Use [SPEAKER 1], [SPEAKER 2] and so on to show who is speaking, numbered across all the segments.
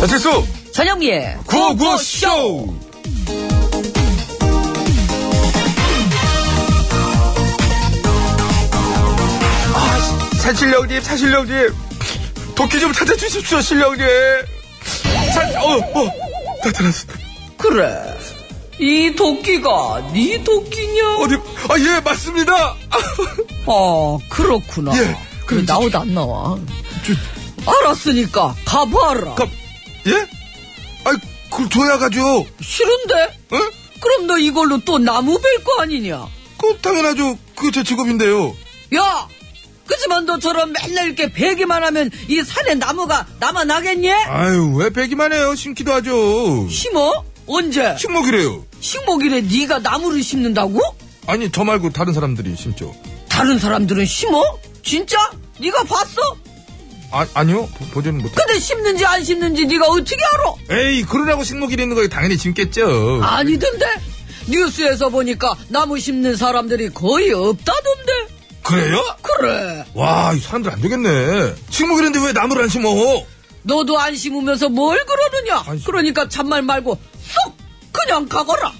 [SPEAKER 1] 자택수
[SPEAKER 2] 전영미의
[SPEAKER 1] 구호구쇼 아, 사- 사실령님 사실령님 도끼 좀 찾아주십시오 실령님 사, 어, 어, 나타났어
[SPEAKER 2] 그래. 이 도끼가 네 도끼냐?
[SPEAKER 1] 어디 아 예 맞습니다
[SPEAKER 2] 아, 그렇구나.
[SPEAKER 1] 예,
[SPEAKER 2] 그래,
[SPEAKER 1] 그럼
[SPEAKER 2] 나오다 안 나와. 알았으니까 가봐라.
[SPEAKER 1] 가- 예? 아이 그걸 줘야 가죠 예?
[SPEAKER 2] 싫은데?
[SPEAKER 1] 응?
[SPEAKER 2] 그럼 너 이걸로 또 나무 벨 거 아니냐?
[SPEAKER 1] 그 당연하죠 그게 제 직업인데요
[SPEAKER 2] 야! 그지만 너처럼 맨날 이렇게 베기만 하면 이 산에 나무가 남아나겠니?
[SPEAKER 1] 아유 왜 배기만 해요 심기도 하죠
[SPEAKER 2] 심어? 언제?
[SPEAKER 1] 식목이래요
[SPEAKER 2] 식목일에 네가 나무를 심는다고?
[SPEAKER 1] 아니 저 말고 다른 사람들이 심죠
[SPEAKER 2] 다른 사람들은 심어? 진짜? 네가 봤어?
[SPEAKER 1] 아, 아니요 보- 보지는 못해
[SPEAKER 2] 근데 심는지 안 심는지 네가 어떻게 알아?
[SPEAKER 1] 에이 그러라고 식목일이 있는 거에 당연히 심겠죠
[SPEAKER 2] 아니던데? 뉴스에서 보니까 나무 심는 사람들이 거의 없다던데?
[SPEAKER 1] 그래요?
[SPEAKER 2] 그래.
[SPEAKER 1] 와이 사람들 안 되겠네 식목일인데 왜 나무를 안 심어
[SPEAKER 2] 너도 안 심으면서 뭘 그러느냐?
[SPEAKER 1] 아이씨.
[SPEAKER 2] 그러니까 잔말 말고 쏙 그냥 가거라.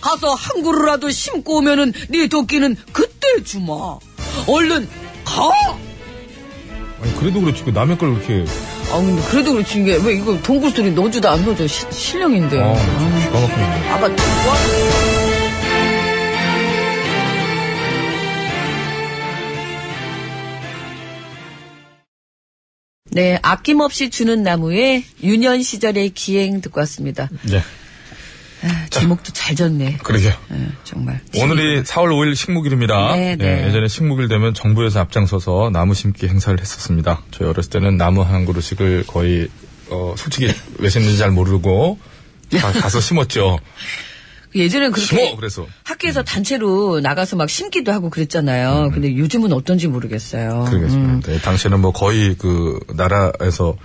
[SPEAKER 2] 가서 한 그루라도 심고 오면은 네 도끼는 그때 주마. 얼른 가.
[SPEAKER 1] 아니 그래도 그렇지 그 남의 걸 그렇게
[SPEAKER 2] 아 근데 그래도 그렇지 이게 왜 이거 동굴 소리 넣어주다 안 넣어줘 시- 실력인데.
[SPEAKER 1] 아 좀 기가 막히네
[SPEAKER 2] 아마 네, 아낌없이 주는 나무의 유년 시절의 기행 듣고 왔습니다.
[SPEAKER 1] 네
[SPEAKER 2] 아, 제목도 잘 졌네.
[SPEAKER 1] 그러게요
[SPEAKER 2] 예, 정말.
[SPEAKER 1] 오늘이 4월 5일 식목일입니다.
[SPEAKER 2] 네, 네.
[SPEAKER 1] 예, 예전에 식목일 되면 정부에서 앞장서서 나무 심기 행사를 했었습니다. 저희 어렸을 때는 나무 한 그루씩을 거의 어, 솔직히 왜 심는지 잘 모르고 다 가서 심었죠.
[SPEAKER 2] 예전엔 그렇게
[SPEAKER 1] 심어 그래서
[SPEAKER 2] 학교에서 단체로 나가서 막 심기도 하고 그랬잖아요. 근데 요즘은 어떤지 모르겠어요.
[SPEAKER 1] 음. 그러겠습니다.
[SPEAKER 2] 음.
[SPEAKER 1] 네, 당시에는 뭐 거의 그 나라에서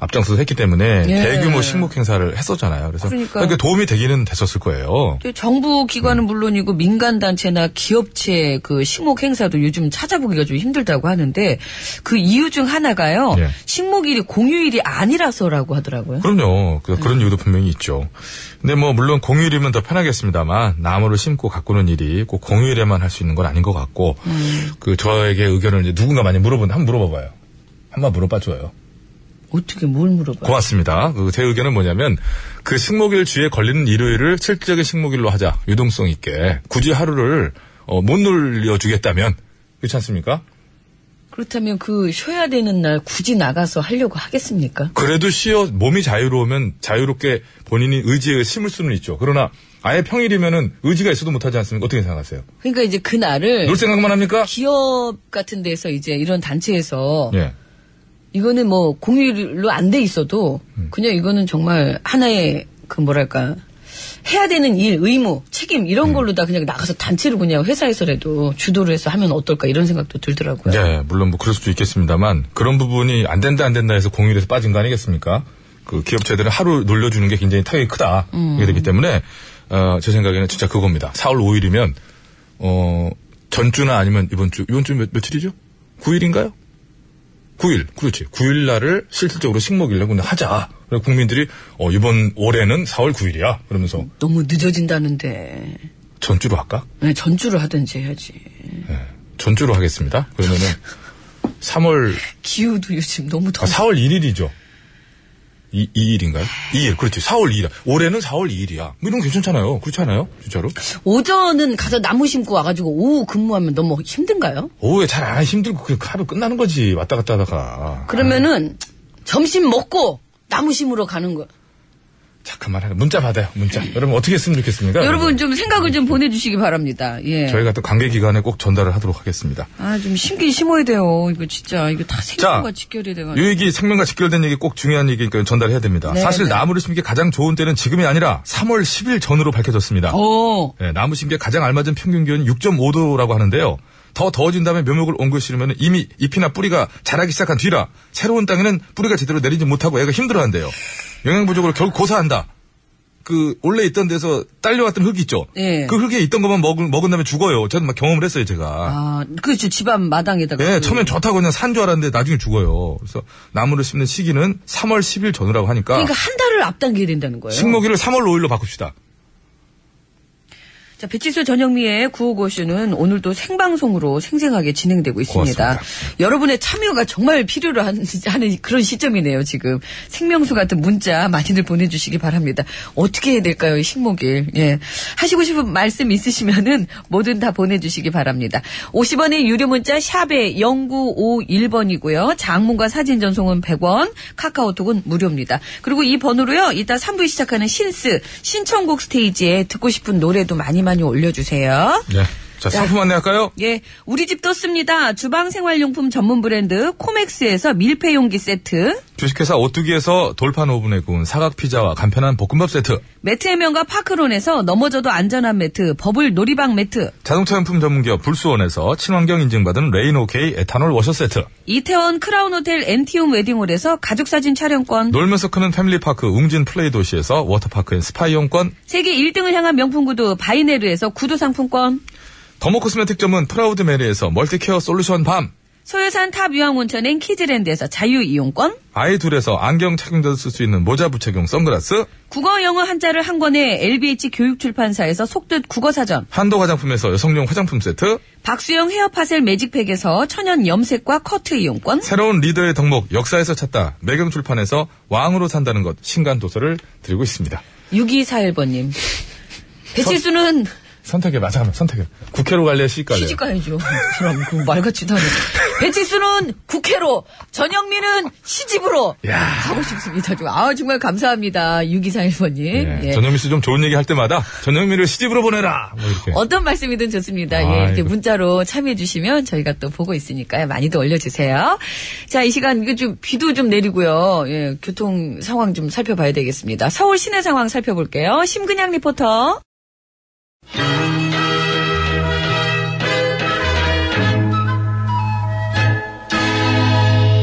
[SPEAKER 1] 앞장서서 했기 때문에
[SPEAKER 2] 예.
[SPEAKER 1] 대규모 식목 행사를 했었잖아요. 그래서
[SPEAKER 2] 그러니까요.
[SPEAKER 1] 그러니까 도움이 되기는 됐었을 거예요.
[SPEAKER 2] 또 정부 기관은 물론이고 민간 단체나 기업체 그 식목 행사도 요즘 찾아보기가 좀 힘들다고 하는데 그 이유 중 하나가요.
[SPEAKER 1] 예.
[SPEAKER 2] 식목일이 공휴일이 아니라서라고 하더라고요.
[SPEAKER 1] 그럼요.
[SPEAKER 2] 음.
[SPEAKER 1] 그, 런 이유도 분명히 있죠. 근데 뭐 물론 공휴일이면 더 편하겠습니다만 나무를 심고 가꾸는 일이 꼭 공휴일에만 할 수 있는 건 아닌 것 같고
[SPEAKER 2] 음.
[SPEAKER 1] 그 저에게 의견을 이제 누군가 많이 물어본 한번 물어봐봐요. 한번 물어봐줘요.
[SPEAKER 2] 어떻게 뭘 물어봐요?
[SPEAKER 1] 고맙습니다. 그 제 의견은 뭐냐면 그 식목일 주에 걸리는 일요일을 실질적인 식목일로 하자. 유동성 있게 굳이 하루를 어, 못 놀려주겠다면 그렇지 않습니까?
[SPEAKER 2] 그렇다면 그 쉬어야 되는 날 굳이 나가서 하려고 하겠습니까?
[SPEAKER 1] 그래도 쉬어 몸이 자유로우면 자유롭게 본인이 의지에 심을 수는 있죠. 그러나 아예 평일이면은 의지가 있어도 못하지 않습니까? 어떻게 생각하세요?
[SPEAKER 2] 그러니까 이제 그 날을
[SPEAKER 1] 놀 생각만 합니까?
[SPEAKER 2] 기업 같은 데서 이제 이런 단체에서
[SPEAKER 1] 예.
[SPEAKER 2] 이거는 뭐 공휴일로 안 돼 있어도
[SPEAKER 1] 음.
[SPEAKER 2] 그냥 이거는 정말 하나의 그 뭐랄까 해야 되는 일, 의무, 책임 이런
[SPEAKER 1] 음.
[SPEAKER 2] 걸로 다 그냥 나가서 단체로 그냥 회사에서라도 주도를 해서 하면 어떨까 이런 생각도 들더라고요.
[SPEAKER 1] 예, 물론 뭐 그럴 수도 있겠습니다만 그런 부분이 안 된다 안 된다 해서 공휴일에서 빠진 거 아니겠습니까? 그 기업체들은 하루 놀려주는 게 굉장히 타격이 크다. 이게 되기 때문에 어, 제 생각에는 진짜 그겁니다. 4월 5일이면 어, 전주나 아니면 이번 주 이번 주 며, 며칠이죠? 9일인가요? 9일, 그렇지. 9일 날을 실질적으로 식목일로 그냥 하자. 그래서 국민들이 어, 이번 올해는 4월 9일이야. 그러면서
[SPEAKER 2] 너무 늦어진다는데
[SPEAKER 1] 전주로 할까?
[SPEAKER 2] 네, 전주를 하든지 해야지.
[SPEAKER 1] 전주로 하겠습니다. 그러면은 3월
[SPEAKER 2] 기후도 요즘 너무
[SPEAKER 1] 아,
[SPEAKER 2] 더워.
[SPEAKER 1] 4월 1일이죠. 이, 2일인가요? 2일, 그렇지. 4월 2일. 올해는 4월 2일이야. 뭐 이런 거 괜찮잖아요. 그렇지 않아요? 진짜로?
[SPEAKER 2] 오전은 가서 나무 심고 와가지고 오후 근무하면 너무 힘든가요?
[SPEAKER 1] 오후에 잘 안 힘들고 그냥 하루 끝나는 거지. 왔다 갔다 하다가. 네.
[SPEAKER 2] 그러면은 점심 먹고 나무 심으러 가는 거.
[SPEAKER 1] 아, 잠깐만. 하라. 문자 받아요. 문자. 여러분 어떻게 했으면 좋겠습니까?
[SPEAKER 2] 여러분 좀 생각을 좀 보내주시기 바랍니다. 예.
[SPEAKER 1] 네. 저희가 또 관계기관에 꼭 전달을 하도록 하겠습니다.
[SPEAKER 2] 아, 좀 심긴 심어야 돼요. 이거 진짜, 이거 다 생명과 직결이 돼가지고.
[SPEAKER 1] 이 얘기 생명과 직결된 얘기 꼭 중요한 얘기니까 전달해야 됩니다.
[SPEAKER 2] 어, 네,
[SPEAKER 1] 사실
[SPEAKER 2] 네.
[SPEAKER 1] 나무를 심기 가장 좋은 때는 지금이 아니라 3월 10일 전으로 밝혀졌습니다.
[SPEAKER 2] 어,
[SPEAKER 1] 예, 나무 심기에 가장 알맞은 평균 기온이 6.5도라고 하는데요. 더 더워진 다음에 묘목을 옮겨 실으면 이미 잎이나 뿌리가 자라기 시작한 뒤라 새로운 땅에는 뿌리가 제대로 내리지 못하고 애가 힘들어한대요. 영양 부족으로 결국 고사한다. 그 원래 있던 데서 딸려왔던 흙 있죠.
[SPEAKER 2] 예.
[SPEAKER 1] 그 흙에 있던 것만 먹은 먹은 다음에 죽어요. 저는 막 경험을 했어요 제가.
[SPEAKER 2] 아, 그렇죠. 집앞 마당에다가.
[SPEAKER 1] 예,
[SPEAKER 2] 그-
[SPEAKER 1] 처음엔 좋다고 그냥 산 줄 알았는데 나중에 죽어요. 그래서 나무를 심는 시기는 3월 10일 전후라고 하니까
[SPEAKER 2] 그러니까 한 달을 앞당겨야 된다는 거예요.
[SPEAKER 1] 식목일을 3월 5일로 바꿉시다.
[SPEAKER 2] 자, 배치수 전영미의 구호고쇼는 오늘도 생방송으로 생생하게 진행되고 있습니다.
[SPEAKER 1] 고맙습니다.
[SPEAKER 2] 여러분의 참여가 정말 필요로 한- 하는 그런 시점이네요, 지금. 생명수 같은 문자 많이들 보내주시기 바랍니다. 어떻게 해야 될까요, 이 식목일. 예. 하시고 싶은 말씀 있으시면은 뭐든 다 보내주시기 바랍니다. 50원의 유료 문자 샵에 0951번이고요. 장문과 사진 전송은 100원, 카카오톡은 무료입니다. 그리고 이 번호로요, 이따 3부에 시작하는 신스, 신청곡 스테이지에 듣고 싶은 노래도 많이 많이 올려주세요.
[SPEAKER 1] 예. 자, 상품 안내할까요?
[SPEAKER 2] 예, 우리 집 떴습니다. 주방 생활용품 전문 브랜드 코맥스에서 밀폐 용기 세트,
[SPEAKER 1] 주식회사 오뚜기에서 돌판 오븐에 구운 사각 피자와 간편한 볶음밥 세트,
[SPEAKER 2] 매트 해면과 파크론에서 넘어져도 안전한 매트, 버블 놀이방 매트,
[SPEAKER 1] 자동차 용품 전문기업 불수원에서 친환경 인증받은 레인오케이 에탄올 워셔 세트,
[SPEAKER 2] 이태원 크라운 호텔 엔티움 웨딩홀에서 가족 사진 촬영권,
[SPEAKER 1] 놀면서 크는 패밀리파크 웅진 플레이 도시에서 워터파크 앤 스파 이용권,
[SPEAKER 2] 세계 1등을 향한 명품 구두 바이네르에서 구두 상품권,
[SPEAKER 1] 더모 코스메틱점은 프라우드 메리에서 멀티케어 솔루션 밤,
[SPEAKER 2] 소유산 탑 유황 온천엔 키즈랜드에서 자유 이용권,
[SPEAKER 1] 아이 둘에서 안경 착용자도 쓸 수 있는 모자 부착용 선글라스,
[SPEAKER 2] 국어 영어 한자를 한 권에 LBH 교육출판사에서 속뜻 국어사전,
[SPEAKER 1] 한도 화장품에서 여성용 화장품 세트,
[SPEAKER 2] 박수영 헤어 파셀 매직팩에서 천연 염색과 커트 이용권,
[SPEAKER 1] 새로운 리더의 덕목 역사에서 찾다 매경 출판에서 왕으로 산다는 것 신간 도서를 드리고 있습니다.
[SPEAKER 2] 6241번님. 배칠수는
[SPEAKER 1] 선택해, 맞아, 선택해. 국회로 갈래, 시집갈래?
[SPEAKER 2] 취직 가야죠. 그럼 그 말같지도 않은. 배칠수는 국회로, 전영민은 시집으로 가고 싶습니다. 좀, 아 정말 감사합니다. 6241번님.
[SPEAKER 1] 예. 전현미 씨 좀 좋은 얘기 할 때마다 전현미를 시집으로 보내라. 뭐 이렇게.
[SPEAKER 2] 어떤 말씀이든 좋습니다.
[SPEAKER 1] 아,
[SPEAKER 2] 예, 이렇게
[SPEAKER 1] 이거.
[SPEAKER 2] 문자로 참여해주시면 저희가 또 보고 있으니까요. 많이도 올려주세요. 자, 이 시간, 이거 좀, 비도 좀 내리고요. 예, 교통 상황 좀 살펴봐야 되겠습니다. 서울 시내 상황 살펴볼게요. 심근양 리포터.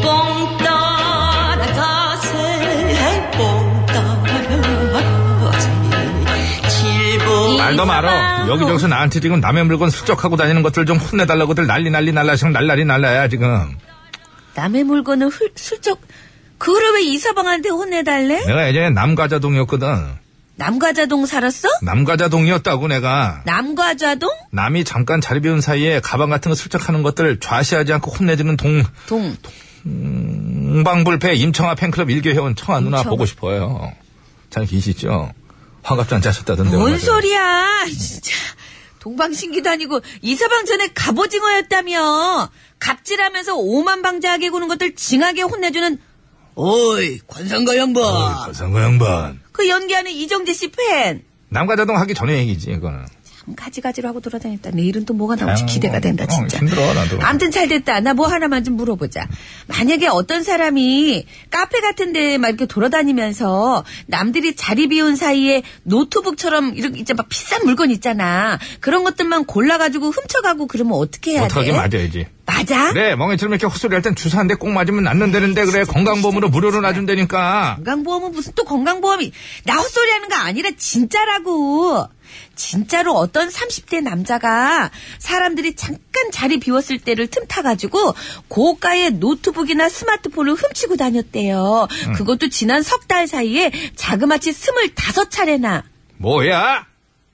[SPEAKER 3] 뽕 따라가세 뽕 따라가세 칠보
[SPEAKER 1] 말도
[SPEAKER 2] 아.
[SPEAKER 1] 말어. 여기저기서 나한테 지금 남의 물건 수적하고 다니는 것들 좀 혼내달라고들 난리 난리 날라 지금 날라리 날라야 지금.
[SPEAKER 2] 남의 물건을 훌, 슬쩍, 그걸 왜 이사방한테 혼내달래?
[SPEAKER 1] 내가 예전에 남과자동이었거든.
[SPEAKER 2] 남과자동 살았어?
[SPEAKER 1] 남과자동이었다고 내가.
[SPEAKER 2] 남과자동?
[SPEAKER 1] 남이 잠깐 자리 비운 사이에 가방 같은 거 슬쩍하는 것들 좌시하지 않고 혼내주는 동,
[SPEAKER 2] 동.
[SPEAKER 1] 동방불패 임청아 팬클럽 일개 회원 청아 누나
[SPEAKER 2] 임청아.
[SPEAKER 1] 보고 싶어요. 잘 계시죠? 환갑도 안 짜셨다던데. 얼마
[SPEAKER 2] 뭔
[SPEAKER 1] 전에.
[SPEAKER 2] 소리야, 진짜. 동방신기도 아니고, 이사방 전에 갑오징어였다며. 갑질하면서 오만 방자하게 구는 것들 징하게 혼내주는, 어이, 관상가 양반.
[SPEAKER 1] 어이, 거상과 양반.
[SPEAKER 2] 그 연기하는 이정재 씨 팬.
[SPEAKER 1] 남과자동 하기 전에 얘기지, 이거는.
[SPEAKER 2] 참, 가지가지로 하고 돌아다녔다. 내일은 또 뭐가 나올지 기대가 된다,
[SPEAKER 1] 어,
[SPEAKER 2] 진짜.
[SPEAKER 1] 힘들어, 나도.
[SPEAKER 2] 암튼 잘 됐다. 나 뭐 하나만 좀 물어보자. 만약에 어떤 사람이 카페 같은 데 막 이렇게 돌아다니면서 남들이 자리 비운 사이에 노트북처럼 이렇게 이제 막 비싼 물건 있잖아. 그런 것들만 골라가지고 훔쳐가고 그러면 어떻게 해야 돼?
[SPEAKER 1] 못하게 맞아야지.
[SPEAKER 2] 맞아?
[SPEAKER 1] 그래, 멍해처럼 이렇게 헛소리 할 땐 주사한데 꼭 맞으면 낫는다는데, 그래. 건강보험으로 무료로 놔준다니까.
[SPEAKER 2] 건강보험은 무슨 또 건강보험이 나 헛소리 하는 거 아니라 진짜라고. 진짜로 어떤 30대 남자가 사람들이 잠깐 자리 비웠을 때를 틈타가지고 고가의 노트북이나 스마트폰을 훔치고 다녔대요. 그것도 지난 석 달 사이에 자그마치 25차례나.
[SPEAKER 1] 뭐야?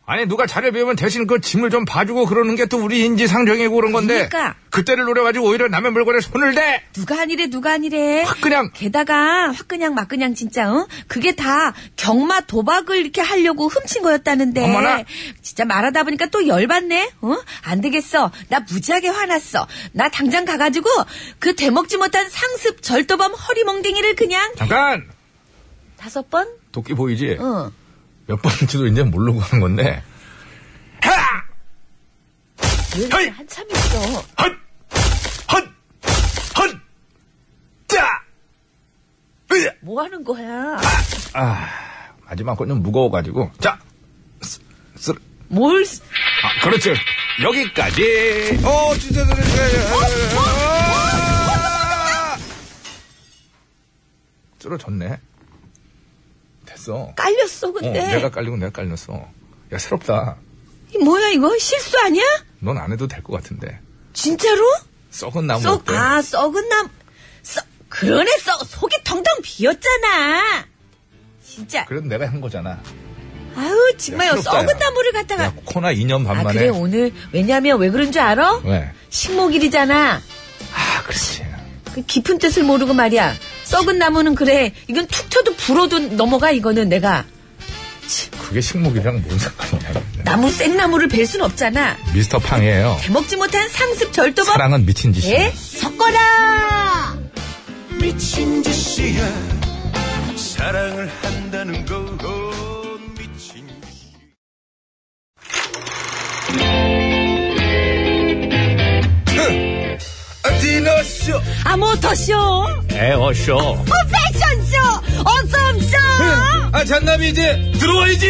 [SPEAKER 1] 아니, 누가 자료 배우면 대신 그 짐을 좀 봐주고 그러는 게 또 우리 인지 상정이고 그런 건데.
[SPEAKER 2] 그러니까.
[SPEAKER 1] 때를 노려가지고 오히려 남의 물건에 손을 대!
[SPEAKER 2] 누가 아니래 누가 아니래
[SPEAKER 1] 확 그냥.
[SPEAKER 2] 게다가 확 그냥 막 그냥 진짜 응? 그게 다 경마 도박을 이렇게 하려고 훔친 거였다는데
[SPEAKER 1] 어머나.
[SPEAKER 2] 진짜 말하다 보니까 또 열받네 어? 안 되겠어 나 무지하게 화났어 나 당장 가가지고 그 대먹지 못한 상습 절도범 허리멍댕이를 그냥
[SPEAKER 1] 잠깐!
[SPEAKER 2] 다섯 번
[SPEAKER 1] 도끼 보이지?
[SPEAKER 2] 응.
[SPEAKER 1] 몇 번인지도 이제 모르고 하는 건데. 하!
[SPEAKER 2] 왜
[SPEAKER 1] 헤이!
[SPEAKER 2] 한참 있어
[SPEAKER 1] 헛! 헛! 헛! 짜! 으!
[SPEAKER 2] 뭐 하는 거야
[SPEAKER 1] 마지막 건 좀 무거워가지고. 자! 쓰, 쓰,
[SPEAKER 2] 뭘
[SPEAKER 1] 아, 그렇지. 여기까지. 어, 진짜, 진짜, 진짜, 진짜. 쓰러졌네. 됐어.
[SPEAKER 4] 깔렸어.
[SPEAKER 2] 깔렸어,
[SPEAKER 4] 어,
[SPEAKER 2] 근데.
[SPEAKER 4] 내가 깔리고 내가 깔렸어. 야, 새롭다.
[SPEAKER 2] 이 뭐야, 이거? 실수 아니야?
[SPEAKER 4] 넌 안 해도 될 것 같은데.
[SPEAKER 2] 진짜로?
[SPEAKER 4] 썩은 나무
[SPEAKER 2] 썩,
[SPEAKER 4] 어때?
[SPEAKER 2] 아, 썩은 남, 썩, 그러네, 썩, 속이 텅텅 비었잖아. 진짜.
[SPEAKER 4] 그래도 내가 한 거잖아.
[SPEAKER 2] 아유, 정말
[SPEAKER 4] 야,
[SPEAKER 2] 요
[SPEAKER 4] 부럽다, 야.
[SPEAKER 2] 썩은 나무를 갖다가.
[SPEAKER 4] 야, 코나 2년 반
[SPEAKER 2] 아,
[SPEAKER 4] 만에.
[SPEAKER 2] 그래, 오늘. 왜냐면 왜 그런 줄 알아?
[SPEAKER 4] 왜?
[SPEAKER 2] 식목일이잖아.
[SPEAKER 4] 아, 그렇지.
[SPEAKER 2] 그 깊은 뜻을 모르고 말이야. 썩은 나무는 그래. 이건 툭 쳐도 불어도 넘어가, 이거는 내가.
[SPEAKER 4] 그게 식목이랑 뭔 상관이냐. 근데.
[SPEAKER 2] 나무 생나무를 벨 순 없잖아.
[SPEAKER 4] 미스터 팡이에요.
[SPEAKER 2] 대먹지 못한 상습 절도범.
[SPEAKER 4] 사랑은 미친 짓이야.
[SPEAKER 2] 예? 섞어라!
[SPEAKER 5] 미친 짓이야 사랑을 한다는 건 미친 짓
[SPEAKER 4] 디너쇼!
[SPEAKER 2] 아, 모터쇼!
[SPEAKER 4] 네, 에어쇼!
[SPEAKER 2] 어, 패션쇼! 어썸쇼!
[SPEAKER 4] 아, 잔남이 이제 들어와야지!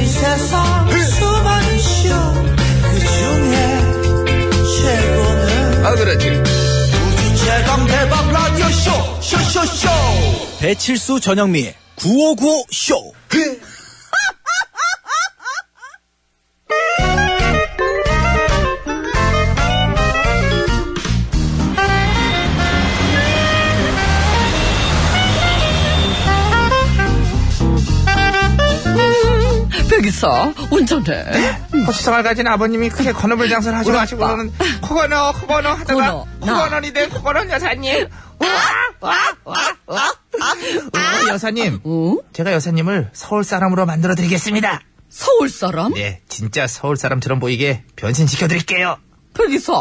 [SPEAKER 5] 이 세상 수많은 쇼그 중에 최고는
[SPEAKER 4] 아, 그렇지.
[SPEAKER 5] 우주 최강 대박 라디오 쇼 쇼쇼쇼 배칠수 전영미의 9595 쇼.
[SPEAKER 2] 백이사, 운전해.
[SPEAKER 1] 고추장을 가진 아버님이 크게 건어물 장사를 하셔 가지고는 코건어 코건어 하다가
[SPEAKER 2] 코건어, 아, 나.
[SPEAKER 1] 코건어니 된 코건어 여사님 어, 여사님
[SPEAKER 2] 어?
[SPEAKER 1] 제가 여사님을 서울 사람으로 만들어 드리겠습니다
[SPEAKER 2] 서울 사람?
[SPEAKER 1] 네 진짜 서울 사람처럼 보이게 변신시켜 드릴게요
[SPEAKER 2] 백이사,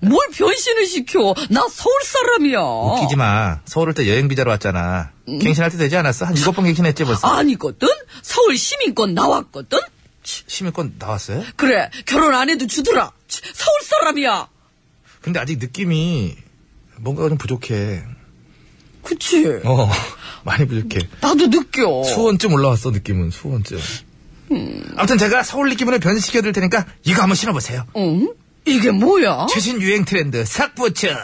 [SPEAKER 2] 뭘 변신을 시켜? 나 서울 사람이야.
[SPEAKER 1] 웃기지 마 서울을 또 여행 비자로 왔잖아
[SPEAKER 2] 음.
[SPEAKER 1] 갱신할 때 되지 않았어? 한 일곱 번 갱신했지 벌써
[SPEAKER 2] 아니거든? 서울 시민권 나왔거든? 치,
[SPEAKER 1] 시민권 나왔어요?
[SPEAKER 2] 그래, 결혼 안 해도 주더라. 치, 서울 사람이야.
[SPEAKER 1] 근데 아직 느낌이 뭔가 좀 부족해
[SPEAKER 2] 그치?
[SPEAKER 1] 어 많이 부족해
[SPEAKER 2] 나도 느껴.
[SPEAKER 1] 수원쯤 올라왔어 느낌은 수원쯤. 아무튼 제가 서울 느낌으로 변신시켜드릴 테니까 이거 한번 신어보세요.
[SPEAKER 2] 응? 이게 뭐야?
[SPEAKER 1] 최신 유행 트렌드 삭부츠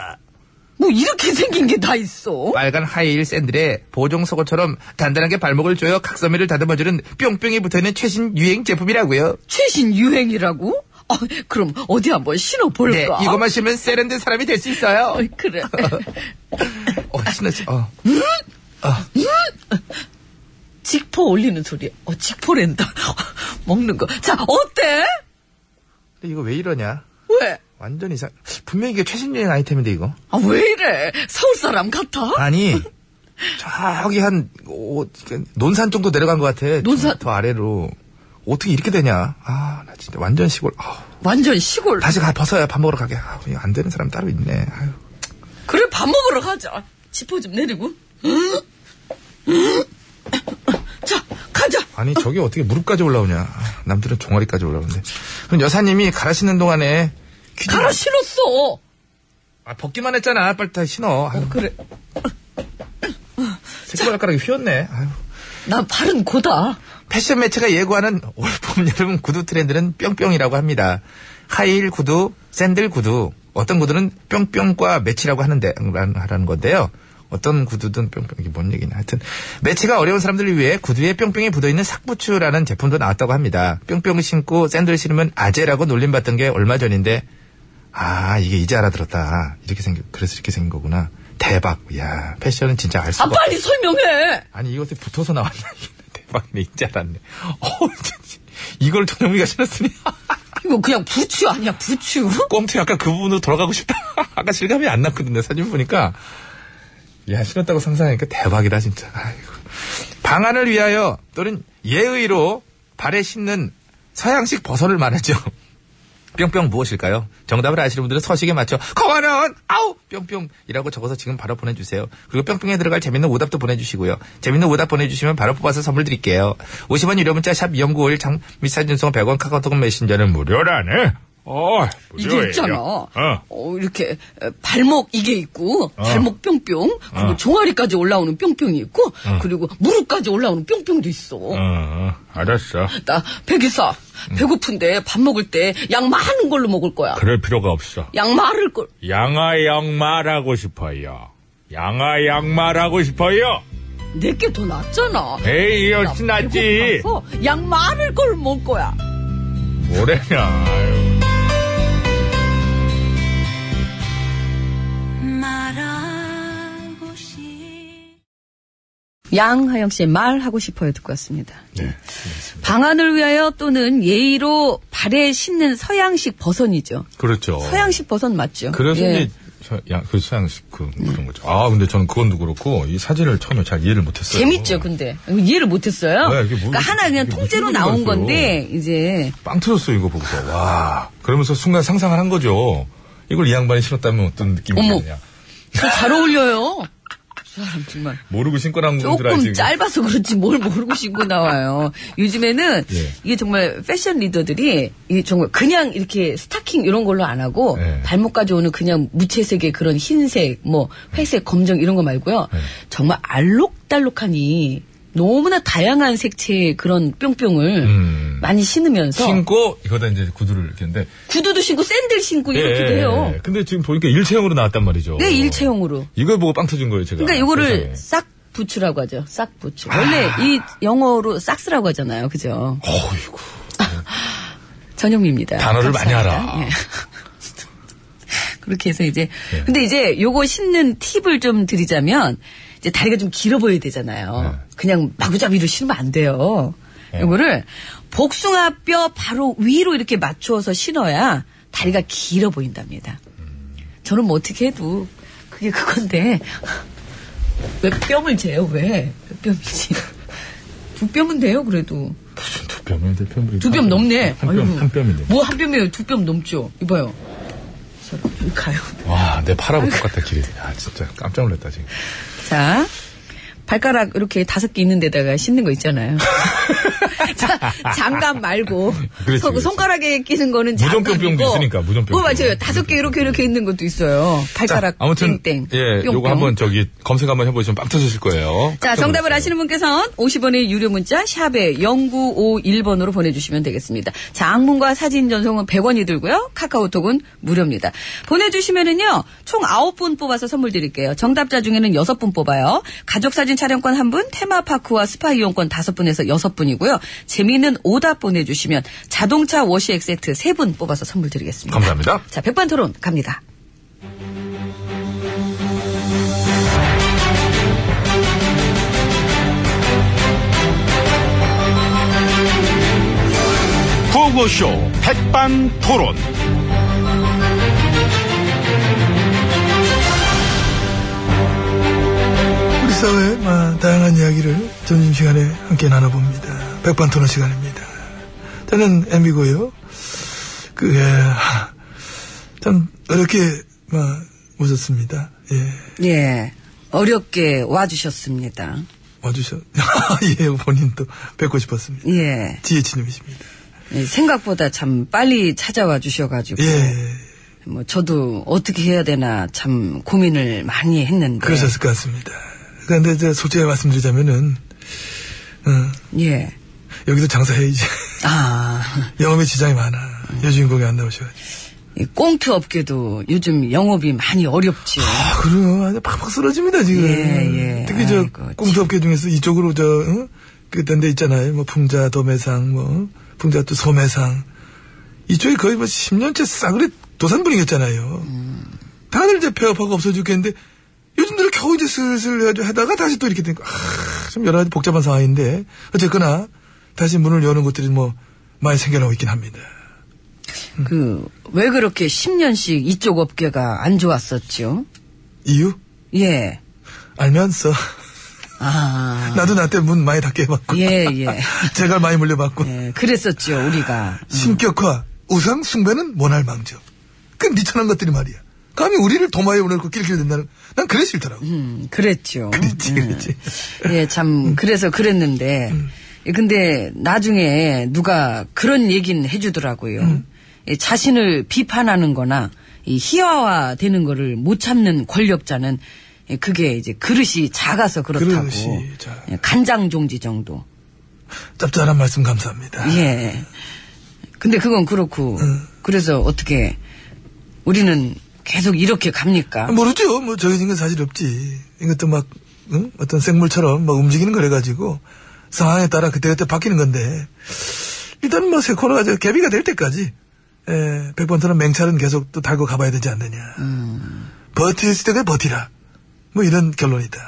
[SPEAKER 2] 뭐 이렇게 생긴 게 다 있어?
[SPEAKER 1] 빨간 하이힐 샌들에 보정 속옷처럼 단단하게 발목을 조여 각선미를 다듬어주는 뿅뿅이 붙어있는 최신 유행 제품이라고요.
[SPEAKER 2] 최신 유행이라고? 아, 그럼 어디 한번 신어볼까?
[SPEAKER 1] 네, 이것만 신으면 세련된 사람이 될 수 있어요.
[SPEAKER 2] 어, 그래.
[SPEAKER 1] 어, 신었지. 어.
[SPEAKER 2] 직포 올리는 소리. 어, 직포랜다. 먹는 거. 자, 어때?
[SPEAKER 1] 근데 이거 왜 이러냐?
[SPEAKER 2] 왜?
[SPEAKER 1] 완전 이상. 분명히 이게 최신 유행 아이템인데 이거.
[SPEAKER 2] 아, 왜 이래? 서울 사람 같아?
[SPEAKER 1] 아니. 저기 한 오, 논산 정도 내려간 것 같아. 좀
[SPEAKER 2] 논산?
[SPEAKER 1] 더 아래로 어떻게 이렇게 되냐? 아, 나 진짜 완전 시골. 아우,
[SPEAKER 2] 완전 시골.
[SPEAKER 1] 다시 가 벗어야 밥 먹으러 가게. 아우, 이거 안 되는 사람 따로 있네. 아유.
[SPEAKER 2] 그래, 밥 먹으러 가자. 지포 좀 내리고. 자, 가자.
[SPEAKER 1] 아니 저게 어떻게 무릎까지 올라오냐? 아, 남들은 종아리까지 올라오는데. 그럼 여사님이 갈아 신는 동안에 귀 좀-
[SPEAKER 2] 갈아 신었어.
[SPEAKER 1] 아, 벗기만 했잖아. 빨리 다 신어. 아유,
[SPEAKER 2] 그래.
[SPEAKER 1] 새끼발가락이 휘었네. 아유.
[SPEAKER 2] 난 발은 고다.
[SPEAKER 1] 패션 매체가 예고하는 올봄 여름 구두 트렌드는 뿅뿅이라고 합니다. 하이힐 구두, 샌들 구두, 어떤 구두는 뿅뿅과 매치라고 하는데 라는 하라는 건데요. 어떤 구두든 뿅뿅 이게 뭔 얘기냐 하여튼 매치가 어려운 사람들을 위해 구두에 뿅뿅이 붙어있는 삭부츠라는 제품도 나왔다고 합니다. 뿅뿅 신고 샌들 신으면 아재라고 놀림받던 게 얼마 전인데 아 이게 이제 알아들었다 이렇게 생겨 그래서 이렇게 생긴 거구나 대박 야 패션은 진짜 알 수가
[SPEAKER 2] 아,
[SPEAKER 1] 없다.
[SPEAKER 2] 빨리 설명해.
[SPEAKER 1] 아니 이것에 붙어서 나왔나 이게 대박이네 이제 알았네 어 진짜. 이걸 전영미가 신었으니
[SPEAKER 2] 이거 그냥 부추 아니야, 부추.
[SPEAKER 1] 꽁트 약간 그 부분으로 돌아가고 싶다 아까 실감이 안 났거든요 사진 보니까 야 신었다고 상상하니까 대박이다 진짜 아이고. 방안을 위하여 또는 예의로 발에 신는 서양식 버섯을 말하죠 뿅뿅 무엇일까요? 정답을 아시는 분들은 서식에 맞춰 커가는 아우 뿅뿅이라고 적어서 지금 바로 보내주세요. 그리고 뿅뿅에 들어갈 재밌는 오답도 보내주시고요. 재밌는 오답 보내주시면 바로 뽑아서 선물 드릴게요. 50원 유료 문자 샵 0951, 장미사 진송 100원 카카오톡 메신저는 무료라네.
[SPEAKER 4] 어,
[SPEAKER 2] 이게 있잖아. 어. 이렇게 에, 발목 이게 있고 발목 뿅뿅 그리고 종아리까지 올라오는 뿅뿅이 있고 그리고 무릎까지 올라오는 뿅뿅도 어. 있어.
[SPEAKER 4] 어, 알았어.
[SPEAKER 2] 나 백이사 배고픈데 밥 먹을 때 양 많은 걸로 먹을 거야.
[SPEAKER 4] 음. 그럴 필요가 없어.
[SPEAKER 2] 양 많을 걸.
[SPEAKER 4] 양아 양말하고 싶어요. 양아 양말하고 싶어요.
[SPEAKER 2] 내게 더 낫잖아.
[SPEAKER 1] 에이, 역시 낫지.
[SPEAKER 2] 배고파서 양 많을 걸 먹을 거야.
[SPEAKER 1] 뭐래냐. 아유.
[SPEAKER 6] 말하고 싶
[SPEAKER 2] 양하영 씨의 말 하고 싶어요 듣고 왔습니다.
[SPEAKER 4] 네.
[SPEAKER 2] 방안을 위하여 또는 예의로 발에 신는 서양식 버선이죠.
[SPEAKER 4] 그렇죠.
[SPEAKER 2] 서양식 버선 맞죠?
[SPEAKER 4] 그래서
[SPEAKER 2] 예.
[SPEAKER 4] 이제 저- 야, 그 서양식 그, 그런 거죠. 아, 근데 저는 그건도 그렇고 이 사진을 처음에 잘 이해를 못했어요.
[SPEAKER 2] 재밌죠, 그- 근데 이해를 못했어요.
[SPEAKER 4] 네, 이게 뭐-
[SPEAKER 2] 그러니까 하나 그냥
[SPEAKER 4] 이게
[SPEAKER 2] 통째로
[SPEAKER 4] 무슨
[SPEAKER 2] 나온
[SPEAKER 4] 소리가 있어요.
[SPEAKER 2] 건데 이제
[SPEAKER 4] 빵 터졌어 이거 보고서 와 그러면서 순간 상상을 한 거죠. 이걸 이 양반이 신었다면 어떤
[SPEAKER 2] 어머.
[SPEAKER 4] 느낌이냐?
[SPEAKER 2] 저 잘 어울려요. 저 사람 정말
[SPEAKER 4] 모르고 신고 나온 건줄 알지.
[SPEAKER 2] 조금 짧아서 그렇지 뭘 모르고 신고 나와요. 요즘에는
[SPEAKER 4] 예.
[SPEAKER 2] 이게 정말 패션 리더들이 이 정말 그냥 이렇게 스타킹 이런 걸로 안 하고
[SPEAKER 4] 예.
[SPEAKER 2] 발목까지 오는 그냥 무채색의 그런 흰색, 뭐 회색, 검정 이런 거 말고요.
[SPEAKER 4] 예.
[SPEAKER 2] 정말 알록달록하니 너무나 다양한 색채의 그런 뿅뿅을
[SPEAKER 4] 음.
[SPEAKER 2] 많이 신으면서
[SPEAKER 4] 신고 이거다 이제 구두를 이렇게 했는데
[SPEAKER 2] 구두도 신고 샌들 신고 이렇게도 해요.
[SPEAKER 4] 예. 근데 지금 보니까 일체형으로 나왔단 말이죠.
[SPEAKER 2] 네, 일체형으로.
[SPEAKER 4] 이걸 보고 빵 터진 거예요, 제가.
[SPEAKER 2] 그러니까 이거를
[SPEAKER 4] 세상에. 아.
[SPEAKER 2] 싹 부츠라고 하죠. 싹 부츠. 원래 이 영어로 싹스라고 하잖아요. 그죠?
[SPEAKER 4] 어이구.
[SPEAKER 2] 전영미입니다.
[SPEAKER 4] 단어를 많이
[SPEAKER 2] 감사합니다.
[SPEAKER 4] 알아.
[SPEAKER 2] 예. 그렇게 해서 이제
[SPEAKER 4] 예.
[SPEAKER 2] 근데 이제 요거 신는 팁을 좀 드리자면 이제 다리가 좀 길어 보여야 되잖아요.
[SPEAKER 4] 예.
[SPEAKER 2] 그냥 마구잡이로 신으면 안 돼요. 요거를 복숭아뼈 바로 위로 이렇게 맞추어서 신어야 다리가 길어 보인답니다. 저는 뭐 어떻게 해도 그게 그건데 왜 뺨을 재요 왜? 왜 뺨이지? 두 뺨은 돼요 그래도.
[SPEAKER 4] 무슨 두네 뼘인데 뼘이.
[SPEAKER 2] 두 뼘 넘네.
[SPEAKER 4] 한 뼘,
[SPEAKER 2] 아이고.
[SPEAKER 4] 한 뼘인데.
[SPEAKER 2] 뭐 한 뼘이에요. 두 뼘 넘죠. 이봐요. 저런, 여기 가요.
[SPEAKER 4] 와, 내 팔하고 똑같다 길이. 아, 진짜 깜짝 놀랐다 지금.
[SPEAKER 2] 자, 발가락 이렇게 다섯 개 있는 데다가 신는 거 있잖아요. 자, 장갑 말고
[SPEAKER 4] 그렇지,
[SPEAKER 2] 손-
[SPEAKER 4] 그렇지.
[SPEAKER 2] 손가락에 끼는 거는
[SPEAKER 4] 무전병 병도
[SPEAKER 2] 장갑이고.
[SPEAKER 4] 있으니까, 무전병
[SPEAKER 2] 어,
[SPEAKER 4] 병.
[SPEAKER 2] 맞아요. 다섯 개 이렇게 이렇게 있는 것도 있어요. 발가락
[SPEAKER 4] 아무튼
[SPEAKER 2] 땡땡.
[SPEAKER 4] 예, 요거
[SPEAKER 2] 뿅뿅.
[SPEAKER 4] 한번 저기 검색 한번 해보시면 빵 터지실 거예요.
[SPEAKER 2] 자, 정답을 아시는 분께서는 50원의 유료 문자 샵에 0951번으로 보내주시면 되겠습니다. 자, 악문과 사진 전송은 100원이 들고요. 카카오톡은 무료입니다. 보내주시면은요, 총 9분 뽑아서 선물 드릴게요. 정답자 중에는 6분 뽑아요. 가족사진 촬영권 1분, 테마파크와 스파 이용권 5분에서 6분이고요. 재미있는 오답 보내주시면 자동차 워시액 세트 3분 뽑아서 선물 드리겠습니다.
[SPEAKER 4] 감사합니다.
[SPEAKER 2] 자, 백반 토론 갑니다.
[SPEAKER 5] 구호쇼 백반 토론.
[SPEAKER 7] 우리 사회의 마- 다양한 이야기를 점심시간에 함께 나눠봅니다. 백반토론 시간입니다. 저는 MB고요. 그, 예, 하, 참, 어렵게, 마, 모셨습니다. 예,
[SPEAKER 2] 예. 어렵게 와주셨습니다.
[SPEAKER 7] 와주셔. 예, 본인도 뵙고 싶었습니다.
[SPEAKER 2] 예.
[SPEAKER 7] 지혜진님이십니다.
[SPEAKER 2] 예, 생각보다 참 빨리 찾아와 주셔가지고
[SPEAKER 7] 예,
[SPEAKER 2] 뭐 저도 어떻게 해야 되나 참 고민을 많이 했는데
[SPEAKER 7] 그러셨을 것 같습니다. 그런데 이제 솔직히 말씀드리자면은, 어,
[SPEAKER 2] 예.
[SPEAKER 7] 여기서 장사해야지.
[SPEAKER 2] 아,
[SPEAKER 7] 영업에 지장이 많아. 여주인공이 안 나오셔가지고.
[SPEAKER 2] 이 꽁트 업계도 요즘 영업이 많이 어렵지요.
[SPEAKER 7] 아, 그래요. 아주 팍팍 쓰러집니다, 지금.
[SPEAKER 2] 예, 예.
[SPEAKER 7] 특히 저,
[SPEAKER 2] 아이고,
[SPEAKER 7] 꽁트업계 중에서 이쪽으로 저, 응? 그딴 데 있잖아요. 뭐, 풍자 도매상, 뭐, 풍자 또 소매상. 이쪽이 거의 뭐 10년째 싸그리 도산 분위기였잖아요.
[SPEAKER 2] 음.
[SPEAKER 7] 다들 이제 폐업하고 없어 죽겠는데, 요즘 들어 겨우 이제 슬슬 해가지고 하다가 다시 또 이렇게 된 거. 아, 좀 여러 가지 복잡한 상황인데, 어쨌거나, 다시 문을 여는 곳들이 뭐, 많이 생겨나고 있긴 합니다. 음.
[SPEAKER 2] 그 왜 그렇게 10년씩 이쪽 업계가 안 좋았었죠?
[SPEAKER 7] 이유?
[SPEAKER 2] 예.
[SPEAKER 7] 알면서.
[SPEAKER 2] 아,
[SPEAKER 7] 나도 나 때 문 많이 닫게 해봤고.
[SPEAKER 2] 예, 예.
[SPEAKER 7] 제가 많이 물려봤고.
[SPEAKER 2] 예, 그랬었죠 우리가.
[SPEAKER 7] 신격화, 우상, 숭배는 모날망정. 그 미천한 것들이 말이야. 감히 우리를 도마에 오늘고 낄낄댄다는, 난 그래 싫더라고.
[SPEAKER 2] 음, 그랬죠. 음.
[SPEAKER 7] 그렇지, 그렇지.
[SPEAKER 2] 예, 참, 그래서 그랬는데.
[SPEAKER 7] 음.
[SPEAKER 2] 예, 근데 나중에 누가 그런 얘기는 해주더라고요.
[SPEAKER 7] 음.
[SPEAKER 2] 예, 자신을 비판하는 거나 이 희화화 되는 거를 못 참는 권력자는 예, 그게 이제 그릇이 작아서 그렇다고.
[SPEAKER 7] 그릇이 작아.
[SPEAKER 2] 예, 간장 종지 정도.
[SPEAKER 7] 짭짤한 말씀 감사합니다.
[SPEAKER 2] 예. 근데 그건 그렇고.
[SPEAKER 7] 음.
[SPEAKER 2] 그래서 어떻게 우리는 계속 이렇게 갑니까?
[SPEAKER 7] 모르죠. 뭐, 정해진 건 사실 없지. 이것도 막, 응? 어떤 생물처럼 막 움직이는 거래가지고 상황에 따라 그때그때 바뀌는 건데 일단 뭐 새 코너가 저 개비가 될 때까지 에, 백번터는 맹찰은 계속 또 달고 가봐야 되지 않느냐.
[SPEAKER 2] 음.
[SPEAKER 7] 버틸 때까지 버티라. 뭐 이런 결론이다.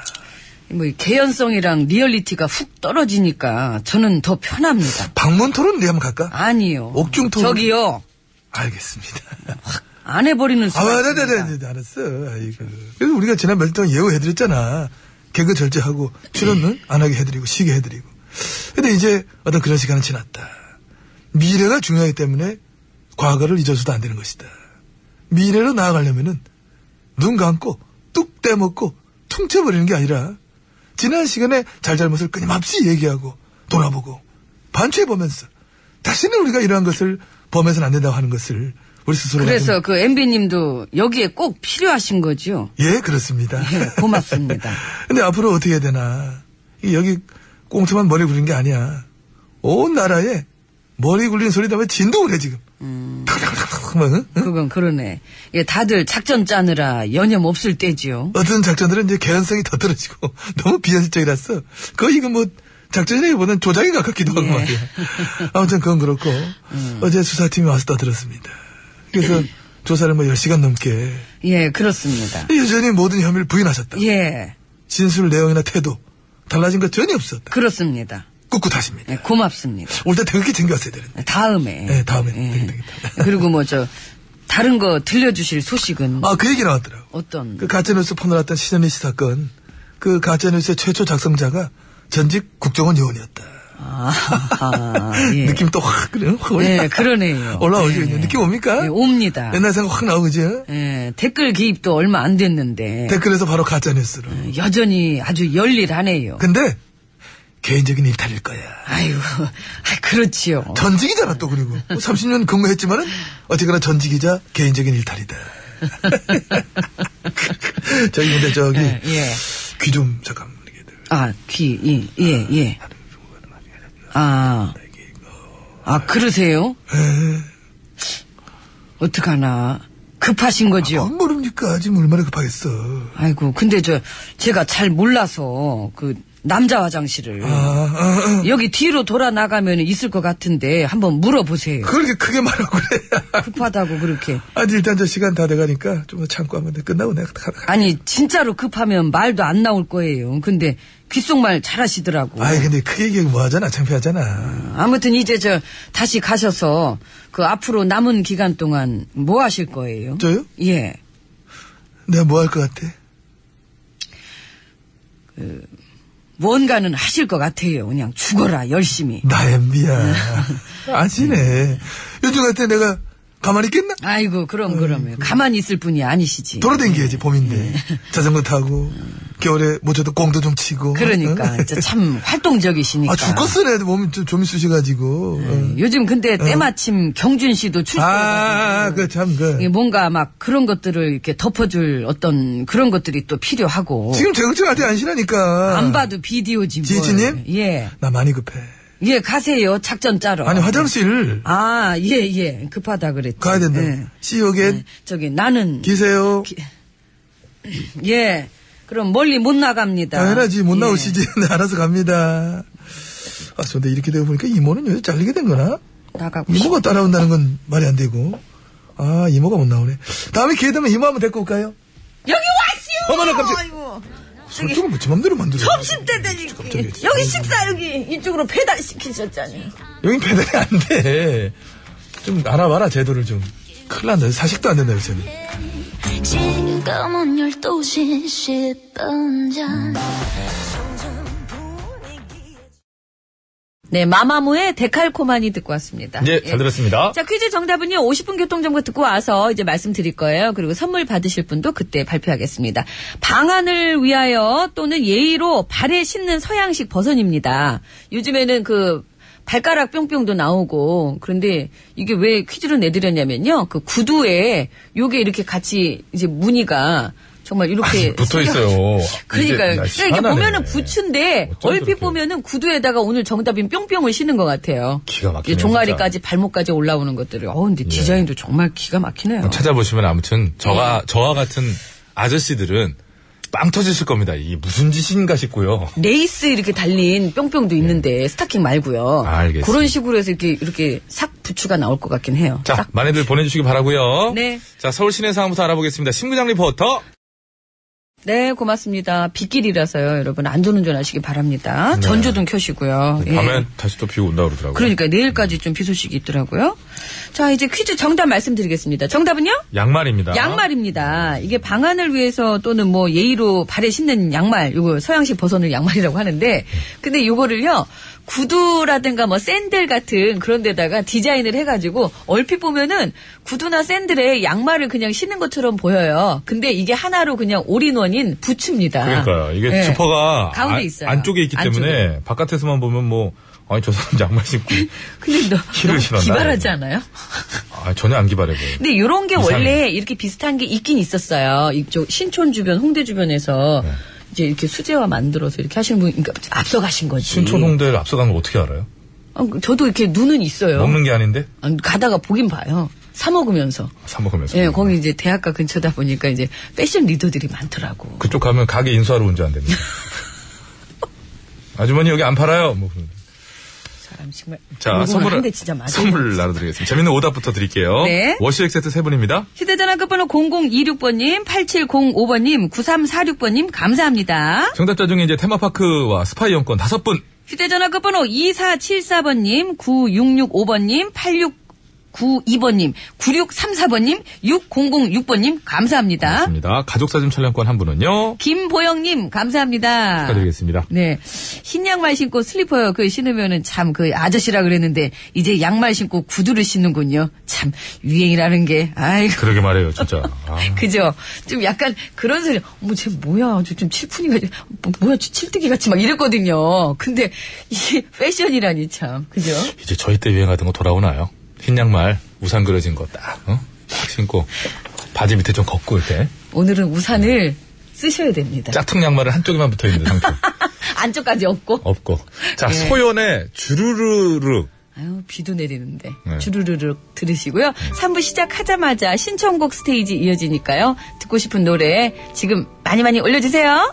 [SPEAKER 2] 뭐이 개연성이랑 리얼리티가 훅 떨어지니까 저는 더 편합니다.
[SPEAKER 7] 방문 토론 우리 한번 갈까?
[SPEAKER 2] 아니요.
[SPEAKER 7] 옥중 토론.
[SPEAKER 2] 저기요.
[SPEAKER 7] 알겠습니다.
[SPEAKER 2] 안 해버리는
[SPEAKER 7] 아,
[SPEAKER 2] 수가
[SPEAKER 7] 네,
[SPEAKER 2] 있습니다.
[SPEAKER 7] 네, 네, 알았어. 아이고. 그래서 우리가 지난 며칠 동안 예우해드렸잖아. 개그 절제하고 출연은
[SPEAKER 2] 예.
[SPEAKER 7] 안 하게 해드리고 쉬게 해드리고. 근데 이제 어떤 그런 시간은 지났다. 미래가 중요하기 때문에 과거를 잊어서도 안 되는 것이다. 미래로 나아가려면은 눈 감고 뚝 떼먹고 퉁쳐버리는 게 아니라 지난 시간에 잘잘못을 끊임없이 얘기하고 돌아보고 반추해보면서 다시는 우리가 이러한 것을 범해서는 안 된다고 하는 것을 우리 스스로
[SPEAKER 2] 그래서 그 MB님도 여기에 꼭 필요하신 거죠.
[SPEAKER 7] 예, 그렇습니다.
[SPEAKER 2] 예, 고맙습니다.
[SPEAKER 7] 근데 앞으로 어떻게 해야 되나. 이 여기 꽁트만 머리 굴린 게 아니야. 온 나라에 머리 굴린 소리 나면 진동을 해, 지금.
[SPEAKER 2] 음.
[SPEAKER 7] 탁탁탁탁 막, 응?
[SPEAKER 2] 그건 그러네. 예, 다들 작전 짜느라 여념 없을 때지요.
[SPEAKER 7] 어떤 작전들은 이제 개연성이 더 떨어지고 너무 비현실적이라서 거의 이거 뭐 작전이라기보다는 조작에 가깝기도
[SPEAKER 2] 예.
[SPEAKER 7] 하고 말이야. 아무튼 그건 그렇고
[SPEAKER 2] 음.
[SPEAKER 7] 어제 수사팀이 와서 떠들었습니다. 그래서 조사를 뭐 10시간 넘게
[SPEAKER 2] 예, 그렇습니다.
[SPEAKER 7] 여전히 모든 혐의를 부인하셨다.
[SPEAKER 2] 예,
[SPEAKER 7] 진술 내용이나 태도 달라진 거 전혀 없었다.
[SPEAKER 2] 그렇습니다.
[SPEAKER 7] 꿋꿋하십니다.
[SPEAKER 2] 예, 고맙습니다.
[SPEAKER 7] 올 때 되게 챙겨왔어야 되는데.
[SPEAKER 2] 다음에. 예.
[SPEAKER 7] 네, 다음에. 되겠다.
[SPEAKER 2] 그리고 뭐 저 다른 거 들려주실 소식은
[SPEAKER 7] 아, 그 얘기 나왔더라고.
[SPEAKER 2] 어떤?
[SPEAKER 7] 그 가짜뉴스 퍼널았던 신현희 씨 사건. 그 가짜뉴스의 최초 작성자가 전직 국정원 요원이었다.
[SPEAKER 2] 아, 아, 예.
[SPEAKER 7] 느낌 또 확, 그래. 확 올라-
[SPEAKER 2] 예, 그러네요.
[SPEAKER 7] 올라오죠.
[SPEAKER 2] 예.
[SPEAKER 7] 이제 느낌 옵니까?
[SPEAKER 2] 예, 옵니다.
[SPEAKER 7] 어? 옛날 생각 확 나오죠.
[SPEAKER 2] 예, 댓글 기입도 얼마 안 됐는데
[SPEAKER 7] 댓글에서 바로 가짜뉴스로.
[SPEAKER 2] 네. 여전히 아주 열일하네요.
[SPEAKER 7] 근데, 개인적인 일탈일 거야.
[SPEAKER 2] 아이고, 아, 그렇지요.
[SPEAKER 7] 전직이잖아, 또 그리고. 뭐 30년 근무했지만은, 어쨌거나 전직이자 개인적인 일탈이다. 저기, 근데 저기,
[SPEAKER 2] 예, 예.
[SPEAKER 7] 귀 좀 잠깐 이렇게
[SPEAKER 2] 아, 귀, 예, 예, 예. 아, 아, 그러세요?
[SPEAKER 7] 예.
[SPEAKER 2] 어떡하나. 급하신 거죠?
[SPEAKER 7] 뭔 모릅니까? 지금 얼마나 급하겠어.
[SPEAKER 2] 아이고, 근데 저, 제가 잘 몰라서, 그, 남자 화장실을.
[SPEAKER 7] 아, 아, 아.
[SPEAKER 2] 여기 뒤로 돌아 나가면 있을 것 같은데, 한번 물어보세요.
[SPEAKER 7] 그렇게 크게 말하고 그래.
[SPEAKER 2] 급하다고 그렇게.
[SPEAKER 7] 아니, 일단 저 시간 다 돼가니까 좀 더 참고 하면 돼. 끝나고 내가 가, 가.
[SPEAKER 2] 아니, 진짜로 급하면 말도 안 나올 거예요. 근데, 귓속말 잘 하시더라고.
[SPEAKER 7] 아이, 근데 크게 얘기하면 뭐 하잖아. 창피하잖아.
[SPEAKER 2] 아무튼 이제 저 다시 가셔서 그 앞으로 남은 기간 동안 뭐 하실 거예요?
[SPEAKER 7] 저요?
[SPEAKER 2] 예.
[SPEAKER 7] 내가 뭐 할 것 같아?
[SPEAKER 2] 뭔가는 하실 것 같아요. 그냥 죽어라 열심히.
[SPEAKER 7] 나 엠비야. 아시네. 요즘 같아 내가 가만히 있겠나?
[SPEAKER 2] 아이고 그럼 그럼요. 가만히 있을 분이 아니시지.
[SPEAKER 7] 돌아다니야지
[SPEAKER 2] 네.
[SPEAKER 7] 봄인데. 자전거 타고, 겨울에 모자도 꽁도 좀 치고.
[SPEAKER 2] 그러니까
[SPEAKER 7] 응?
[SPEAKER 2] 진짜 참 활동적이시니까. 네.
[SPEAKER 7] 아, 죽겠어, 내 몸이 좀, 좀 쑤셔가지고. 응.
[SPEAKER 2] 요즘 근데 때마침 경준 씨도
[SPEAKER 7] 아,
[SPEAKER 2] 출석.
[SPEAKER 7] 아, 아, 그, 참, 그.
[SPEAKER 2] 뭔가 막 그런 것들을 이렇게 덮어줄 어떤 그런 것들이 또 필요하고.
[SPEAKER 7] 지금 제극증한테 안 신하니까.
[SPEAKER 2] 안 봐도 비디오지 뭐.
[SPEAKER 7] 지지님?
[SPEAKER 2] 예.
[SPEAKER 7] 나 많이 급해.
[SPEAKER 2] 예, 가세요. 작전 짜러.
[SPEAKER 7] 아니, 화장실.
[SPEAKER 2] 아, 예, 예. 급하다 그랬지.
[SPEAKER 7] 가야 된다.
[SPEAKER 2] 예.
[SPEAKER 7] See you again.
[SPEAKER 2] 저기, 나는.
[SPEAKER 7] 기세요.
[SPEAKER 2] 예. 그럼 멀리 못 나갑니다.
[SPEAKER 7] 당연하지. 아, 못
[SPEAKER 2] 예.
[SPEAKER 7] 나오시지. 네, 알아서 갑니다. 아, 근데 이렇게 되고 보니까 이모는 여기 잘리게 된 거나?
[SPEAKER 2] 나가고
[SPEAKER 7] 이모가 따라온다는 건 말이 안 되고. 아, 이모가 못 나오네. 다음에 기회 되면 이모 한번 데리고 올까요?
[SPEAKER 2] 싶- 여기 와시오!
[SPEAKER 7] 어머나, 깜짝-
[SPEAKER 2] 아이고.
[SPEAKER 7] 설정을 뭐제 맘대로 만들어.
[SPEAKER 2] 점심 때 되니.
[SPEAKER 7] 갑자기.
[SPEAKER 2] 여기 식사 여기 이쪽으로 배달시키셨잖아요.
[SPEAKER 7] 여긴 배달이 안 돼. 좀 알아봐라, 제도를 좀. 큰일 난다. 사식도 안 된다, 요새는.
[SPEAKER 8] 지금은 12시 10분 전
[SPEAKER 2] 네, 마마무의 데칼코마니 듣고 왔습니다.
[SPEAKER 4] 예, 잘 들었습니다.
[SPEAKER 2] 자, 퀴즈 정답은요, 50분 교통정보 듣고 와서 이제 말씀드릴 거예요. 그리고 선물 받으실 분도 그때 발표하겠습니다. 방안을 위하여 또는 예의로 발에 신는 서양식 버선입니다. 요즘에는 그, 발가락 뿅뿅도 나오고, 그런데 이게 왜 퀴즈로 내드렸냐면요, 그 구두에 요게 이렇게 같이 이제 무늬가 정말 이렇게.
[SPEAKER 4] 아, 붙어 있어요.
[SPEAKER 2] 그러니까요.
[SPEAKER 4] 이게, 야,
[SPEAKER 2] 그러니까 이게
[SPEAKER 4] 희한하네.
[SPEAKER 2] 보면은 부츠인데
[SPEAKER 4] 어쩜
[SPEAKER 2] 얼핏
[SPEAKER 4] 그렇게.
[SPEAKER 2] 보면은 구두에다가 오늘 정답인 뿅뿅을 신은 것 같아요.
[SPEAKER 4] 기가 막히네요,
[SPEAKER 2] 이게 종아리까지 발목까지 올라오는 것들을. 어
[SPEAKER 4] 네.
[SPEAKER 2] 근데 디자인도 어.
[SPEAKER 4] 아,
[SPEAKER 2] 정말 기가 막히네요. 네.
[SPEAKER 4] 찾아보시면 아무튼 저가 저와 같은 아저씨들은 빵 터지실 겁니다. 이게 무슨 짓인가 싶고요.
[SPEAKER 2] 레이스 이렇게 달린 뿅뿅도 있는데 스타킹 말고요.
[SPEAKER 4] 아, 네. 알겠습니다.
[SPEAKER 2] 그런 식으로 해서 이렇게 이렇게 삭 부추가 나올 것 같긴 해요.
[SPEAKER 4] 자,
[SPEAKER 2] 싹.
[SPEAKER 4] 많이들 보내주시기 바라고요.
[SPEAKER 2] 네.
[SPEAKER 4] 자, 서울 시내 상황부터 알아보겠습니다. 신구장 리포터.
[SPEAKER 2] 네, 고맙습니다. 빗길이라서요, 여러분 안전운전 하시기 바랍니다. 전조등 켜시고요. 예.
[SPEAKER 4] 네. 밤엔 다시 또 비고 온다 그러더라고요.
[SPEAKER 2] 그러니까 내일까지 좀 비 소식이 있더라고요. 자, 이제 퀴즈 정답 말씀드리겠습니다. 정답은요?
[SPEAKER 4] 양말입니다.
[SPEAKER 2] 양말입니다. 이게 방안을 위해서 또는 뭐 예의로 발에 신는 양말, 요거 서양식 버선을 양말이라고 하는데, 근데 요거를요, 구두라든가 뭐 샌들 같은 그런 데다가 디자인을 해가지고, 얼핏 보면은 구두나 샌들에 양말을 그냥 신는 것처럼 보여요. 근데 이게 하나로 그냥 올인원인 부츠입니다.
[SPEAKER 4] 그러니까요. 이게
[SPEAKER 2] 예.
[SPEAKER 4] 지퍼가
[SPEAKER 2] 가운데
[SPEAKER 4] 안-
[SPEAKER 2] 있어요.
[SPEAKER 4] 안쪽에 있기 때문에 바깥에서만 보면 뭐 아니 저 사람 양말 신고
[SPEAKER 2] 네. 근데 너,
[SPEAKER 4] 힐을
[SPEAKER 2] 너무
[SPEAKER 4] 신었나?
[SPEAKER 2] 기발하지 않아요?
[SPEAKER 4] 아, 전혀 안 기발해 보여요.
[SPEAKER 2] 근데 요런 게
[SPEAKER 4] 이상해.
[SPEAKER 2] 원래 이렇게 비슷한 게 있긴 있었어요. 이쪽 신촌 주변, 홍대 주변에서
[SPEAKER 4] 네.
[SPEAKER 2] 이제 이렇게 수제화 만들어서 이렇게 하시는 분, 그러니까 앞서가신 거지.
[SPEAKER 4] 신촌 홍대를 앞서간 걸 어떻게 알아요?
[SPEAKER 2] 어, 그- 저도 이렇게 눈은 있어요.
[SPEAKER 4] 먹는 게 아닌데
[SPEAKER 2] 아, 가다가 보긴 봐요. 사 먹으면서.
[SPEAKER 4] 사 먹으면서.
[SPEAKER 2] 예, 거기 이제 대학가 근처다 보니까 이제 패션 리더들이 많더라고.
[SPEAKER 4] 그쪽 가면 가게 인수하러 온 줄 안 됩니다. 아주머니 여기 안 팔아요. 뭐 그런.
[SPEAKER 2] 사람 정말.
[SPEAKER 4] 자,
[SPEAKER 2] 얼굴
[SPEAKER 4] 선물을
[SPEAKER 2] 한대 진짜 맞아.
[SPEAKER 4] 선물 나눠드리겠습니다. 재밌는 오답부터 드릴게요.
[SPEAKER 2] 네.
[SPEAKER 4] 워시액 세트 세 분입니다.
[SPEAKER 2] 휴대전화 끝번호 0026번님, 8705번님, 9346번님, 감사합니다.
[SPEAKER 4] 정답자 중에 이제 테마파크와 스파 이용권 다섯 분.
[SPEAKER 2] 휴대전화 끝번호 2474번님, 9665번님, 8692번님, 9634번님, 6006번님, 감사합니다.
[SPEAKER 4] 맞습니다. 가족사진 촬영권 한 분은요.
[SPEAKER 2] 김보영님, 감사합니다.
[SPEAKER 4] 축하드리겠습니다.
[SPEAKER 2] 네. 흰 양말 신고 슬리퍼 그 신으면은 참 그 아저씨라 그랬는데, 이제 양말 신고 구두를 신는군요. 참, 유행이라는 게, 아이고.
[SPEAKER 4] 그러게 말해요, 진짜. 아.
[SPEAKER 2] 그죠? 좀 약간 그런 소리, 어머, 쟤 뭐야? 저 좀 칠푼이가, 뭐, 뭐야? 저 칠뜨기 같이 막 이랬거든요. 근데 이게 패션이라니 참. 그죠?
[SPEAKER 4] 이제 저희 때 유행하던 거 돌아오나요? 흰 양말, 우산 그려진 거 딱, 어? 딱 신고, 바지 밑에 좀 걷고 이렇게.
[SPEAKER 2] 오늘은 우산을 쓰셔야 됩니다.
[SPEAKER 4] 짝퉁 양말은 한쪽에만 붙어 있는 상태.
[SPEAKER 2] 안쪽까지 없고.
[SPEAKER 4] 없고. 자,
[SPEAKER 2] 예.
[SPEAKER 4] 소연의 주르르륵.
[SPEAKER 2] 아유, 비도 내리는데.
[SPEAKER 4] 네.
[SPEAKER 2] 주르르륵 들으시고요. 3부 시작하자마자 신청곡 스테이지 이어지니까요. 듣고 싶은 노래 지금 많이 많이 올려주세요.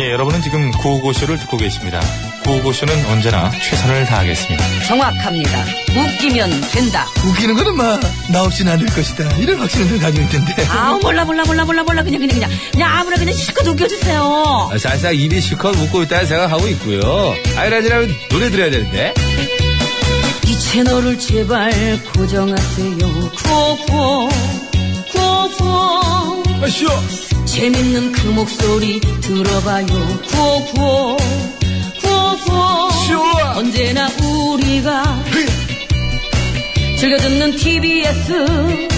[SPEAKER 4] 예, 여러분은 지금 구호고쇼를 듣고 계십니다. 구호고쇼는 언제나 최선을 다하겠습니다.
[SPEAKER 2] 정확합니다. 웃기면 된다.
[SPEAKER 7] 웃기는 거는 마, 나 없이는 안 될 것이다. 이런 확신을 가지고 있던데.
[SPEAKER 2] 아우 몰라 몰라 몰라 몰라 몰라 그냥 그냥 그냥 그냥 아무나 그냥 실컷 웃겨주세요.
[SPEAKER 1] 아, 살짝 입이 실컷 웃고 있다는 생각하고 있고요. 아이라지라면 노래 들어야 되는데.
[SPEAKER 2] 이 채널을 제발 고정하세요. 구호구호, 구호구호.
[SPEAKER 7] 아,
[SPEAKER 2] 재밌는 그 목소리 들어봐요. 구호구호, 구호구호. 언제나 우리가 즐겨듣는 TBS.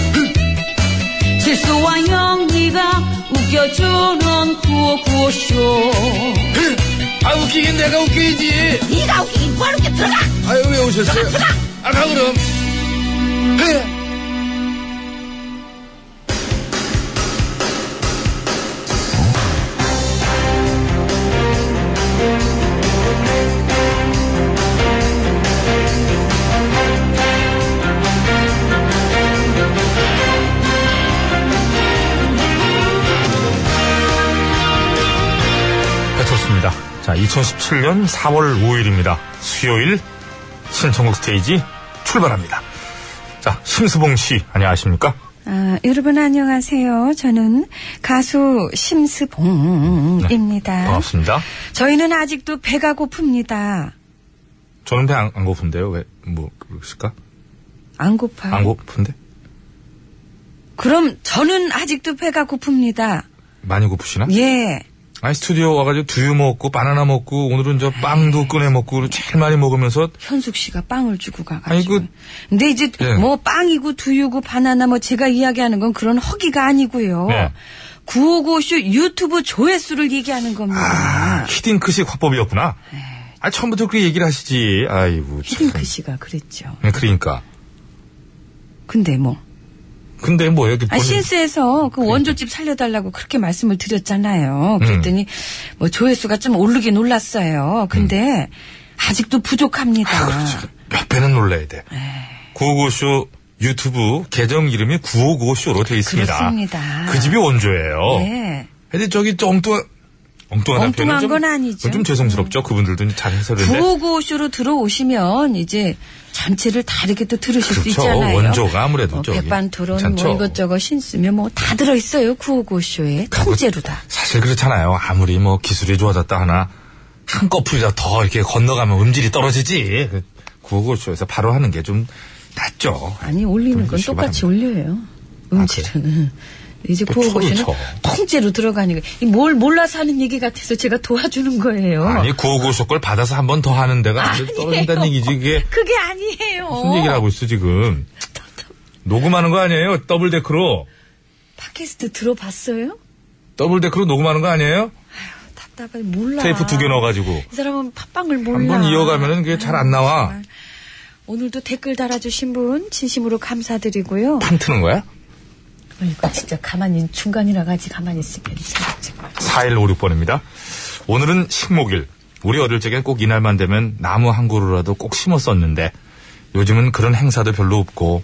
[SPEAKER 2] 실수와 영리가 웃겨주는 구호구호쇼.
[SPEAKER 1] 아, 웃기긴 내가 웃기지.
[SPEAKER 2] 네가 웃기긴 바로 웃겨 들어가!
[SPEAKER 1] 아유, 왜 오셨어요? 아, 가 그럼.
[SPEAKER 4] 네, 그렇습니다. 네, 자, 2017년 4월 5일입니다. 수요일 신청국 스테이지 출발합니다. 자, 심수봉 씨 안녕하십니까?
[SPEAKER 2] 아, 여러분 안녕하세요. 저는 가수 심스봉입니다.
[SPEAKER 1] 아,
[SPEAKER 4] 반갑습니다.
[SPEAKER 2] 저희는 아직도 배가 고픕니다.
[SPEAKER 4] 저는 배안 안 고픈데요. 왜, 뭐, 그러실까?
[SPEAKER 2] 안 고파요.
[SPEAKER 4] 안 고픈데?
[SPEAKER 2] 그럼 저는 아직도 배가 고픕니다.
[SPEAKER 4] 많이 고프시나?
[SPEAKER 2] 예.
[SPEAKER 4] 아니, 스튜디오 와가지고 두유 먹고, 바나나 먹고, 오늘은 저 빵도 꺼내 먹고, 제일 많이 먹으면서,
[SPEAKER 2] 현숙 씨가 빵을 주고 가가지고.
[SPEAKER 4] 아이고.
[SPEAKER 2] 근데 이제
[SPEAKER 4] 예.
[SPEAKER 2] 뭐 빵이고 두유고 바나나 뭐 제가 이야기하는 건 그런 허기가 아니고요.
[SPEAKER 4] 예.
[SPEAKER 2] 구호고쇼 유튜브 조회수를 얘기하는 겁니다.
[SPEAKER 4] 아, 히딩크식 화법이었구나. 아, 처음부터 그 얘기를 하시지. 아이고. 참.
[SPEAKER 2] 네. 히딩크 그 씨가 그랬죠.
[SPEAKER 4] 네, 그러니까.
[SPEAKER 2] 근데 뭐.
[SPEAKER 4] 근데 뭐, 이렇게
[SPEAKER 2] 아, 신스에서
[SPEAKER 4] 네.
[SPEAKER 2] 그 원조집 살려달라고 그렇게 말씀을
[SPEAKER 4] 음.
[SPEAKER 2] 드렸잖아요. 그랬더니 뭐 조회수가 좀 오르긴 올랐어요.
[SPEAKER 4] 음.
[SPEAKER 2] 근데 아직도 부족합니다.
[SPEAKER 4] 몇 배는 놀라야 돼.
[SPEAKER 2] 네.
[SPEAKER 4] 구호고쇼 유튜브 계정 이름이 구호고쇼로 돼 있습니다.
[SPEAKER 2] 그렇습니다.
[SPEAKER 4] 그 집이 원조예요.
[SPEAKER 2] 예.
[SPEAKER 4] 근데 저기 좀 엉뚱한, 엉뚱한
[SPEAKER 2] 엉뚱한 건 아니죠.
[SPEAKER 4] 좀 죄송스럽죠. 그분들도 잘 해설을 했는데.
[SPEAKER 2] 구호구호쇼로 들어오시면 이제 전체를 다르게 또 들으실 수
[SPEAKER 4] 그렇죠.
[SPEAKER 2] 있잖아요.
[SPEAKER 4] 원조가 아무래도
[SPEAKER 2] 어,
[SPEAKER 4] 저기
[SPEAKER 2] 백반토론
[SPEAKER 4] 괜찮죠.
[SPEAKER 2] 뭐 이것저것 신쓰면 뭐 다 들어있어요. 구호구호쇼에
[SPEAKER 4] 그러니까 그
[SPEAKER 2] 통째로 다.
[SPEAKER 4] 사실 그렇잖아요. 아무리 뭐 기술이 좋아졌다 하나 한 꺼풀이라 더 이렇게 건너가면 음질이 떨어지지. 그 구호고쇼에서 바로 하는 게 좀 낫죠.
[SPEAKER 2] 아니 올리는 건
[SPEAKER 4] 보여주시기
[SPEAKER 2] 똑같이
[SPEAKER 4] 바랍니다. 아,
[SPEAKER 2] 올려요. 음질은. 이제
[SPEAKER 4] 그
[SPEAKER 2] 구호고시는
[SPEAKER 4] 초를 쳐.
[SPEAKER 2] 통째로 들어가니까 이뭘 몰라서 하는 얘기 같아서 제가 도와주는 거예요.
[SPEAKER 4] 아니 구호고쇼 걸 받아서 한 번 더 하는 데가 아주 떨어진다는 얘기지. 이게
[SPEAKER 2] 그게 아니에요.
[SPEAKER 4] 무슨 얘기를 하고 있어 지금. 녹음하는 거 아니에요? 더블 데크로.
[SPEAKER 2] 팟캐스트 들어봤어요?
[SPEAKER 4] 더블 데크로 녹음하는 거 아니에요?
[SPEAKER 2] 답답해 몰라.
[SPEAKER 4] 테이프 두 개 넣어가지고.
[SPEAKER 2] 이 사람은 팟빵을 몰라.
[SPEAKER 4] 한 번 이어가면은 그게 잘 안 나와.
[SPEAKER 2] 오늘도 댓글 달아주신 분 진심으로 감사드리고요.
[SPEAKER 4] 판 트는 거야?
[SPEAKER 2] 이거 진짜 가만히 중간이라 가지 가만히 있으면 이상해, 정말.
[SPEAKER 4] 4156번입니다. 오늘은 식목일. 우리 어릴 적엔 꼭 이날만 되면 나무 한 그루라도 꼭 심었었는데 요즘은 그런 행사도 별로 없고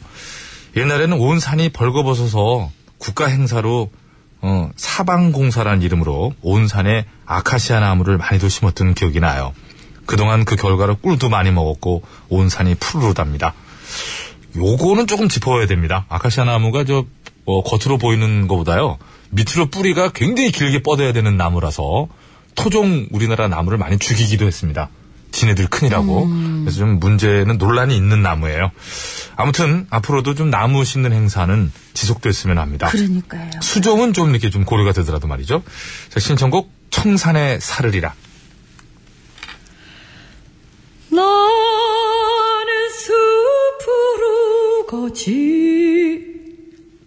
[SPEAKER 4] 옛날에는 온 산이 벌거벗어서 국가 행사로 어, 사방공사라는 이름으로 온 산에 아카시아 나무를 많이도 심었던 기억이 나요. 그동안 그 결과로 꿀도 많이 먹었고 온 산이 푸르르답니다. 요거는 조금 짚어야 됩니다. 아카시아 나무가 저 어, 겉으로 보이는 것보다요 밑으로 뿌리가 굉장히 길게 뻗어야 되는 나무라서 토종 우리나라 나무를 많이 죽이기도 했습니다. 지네들 큰이라고. 그래서 좀 문제는 논란이 있는 나무예요. 아무튼 앞으로도 좀 나무 심는 행사는 지속됐으면 합니다.
[SPEAKER 2] 그러니까요.
[SPEAKER 4] 수종은 좀 이렇게 좀 고려가 되더라도 말이죠. 자, 신청곡 청산의 사르리라.
[SPEAKER 9] 나는 숲으로 가지
[SPEAKER 4] 음.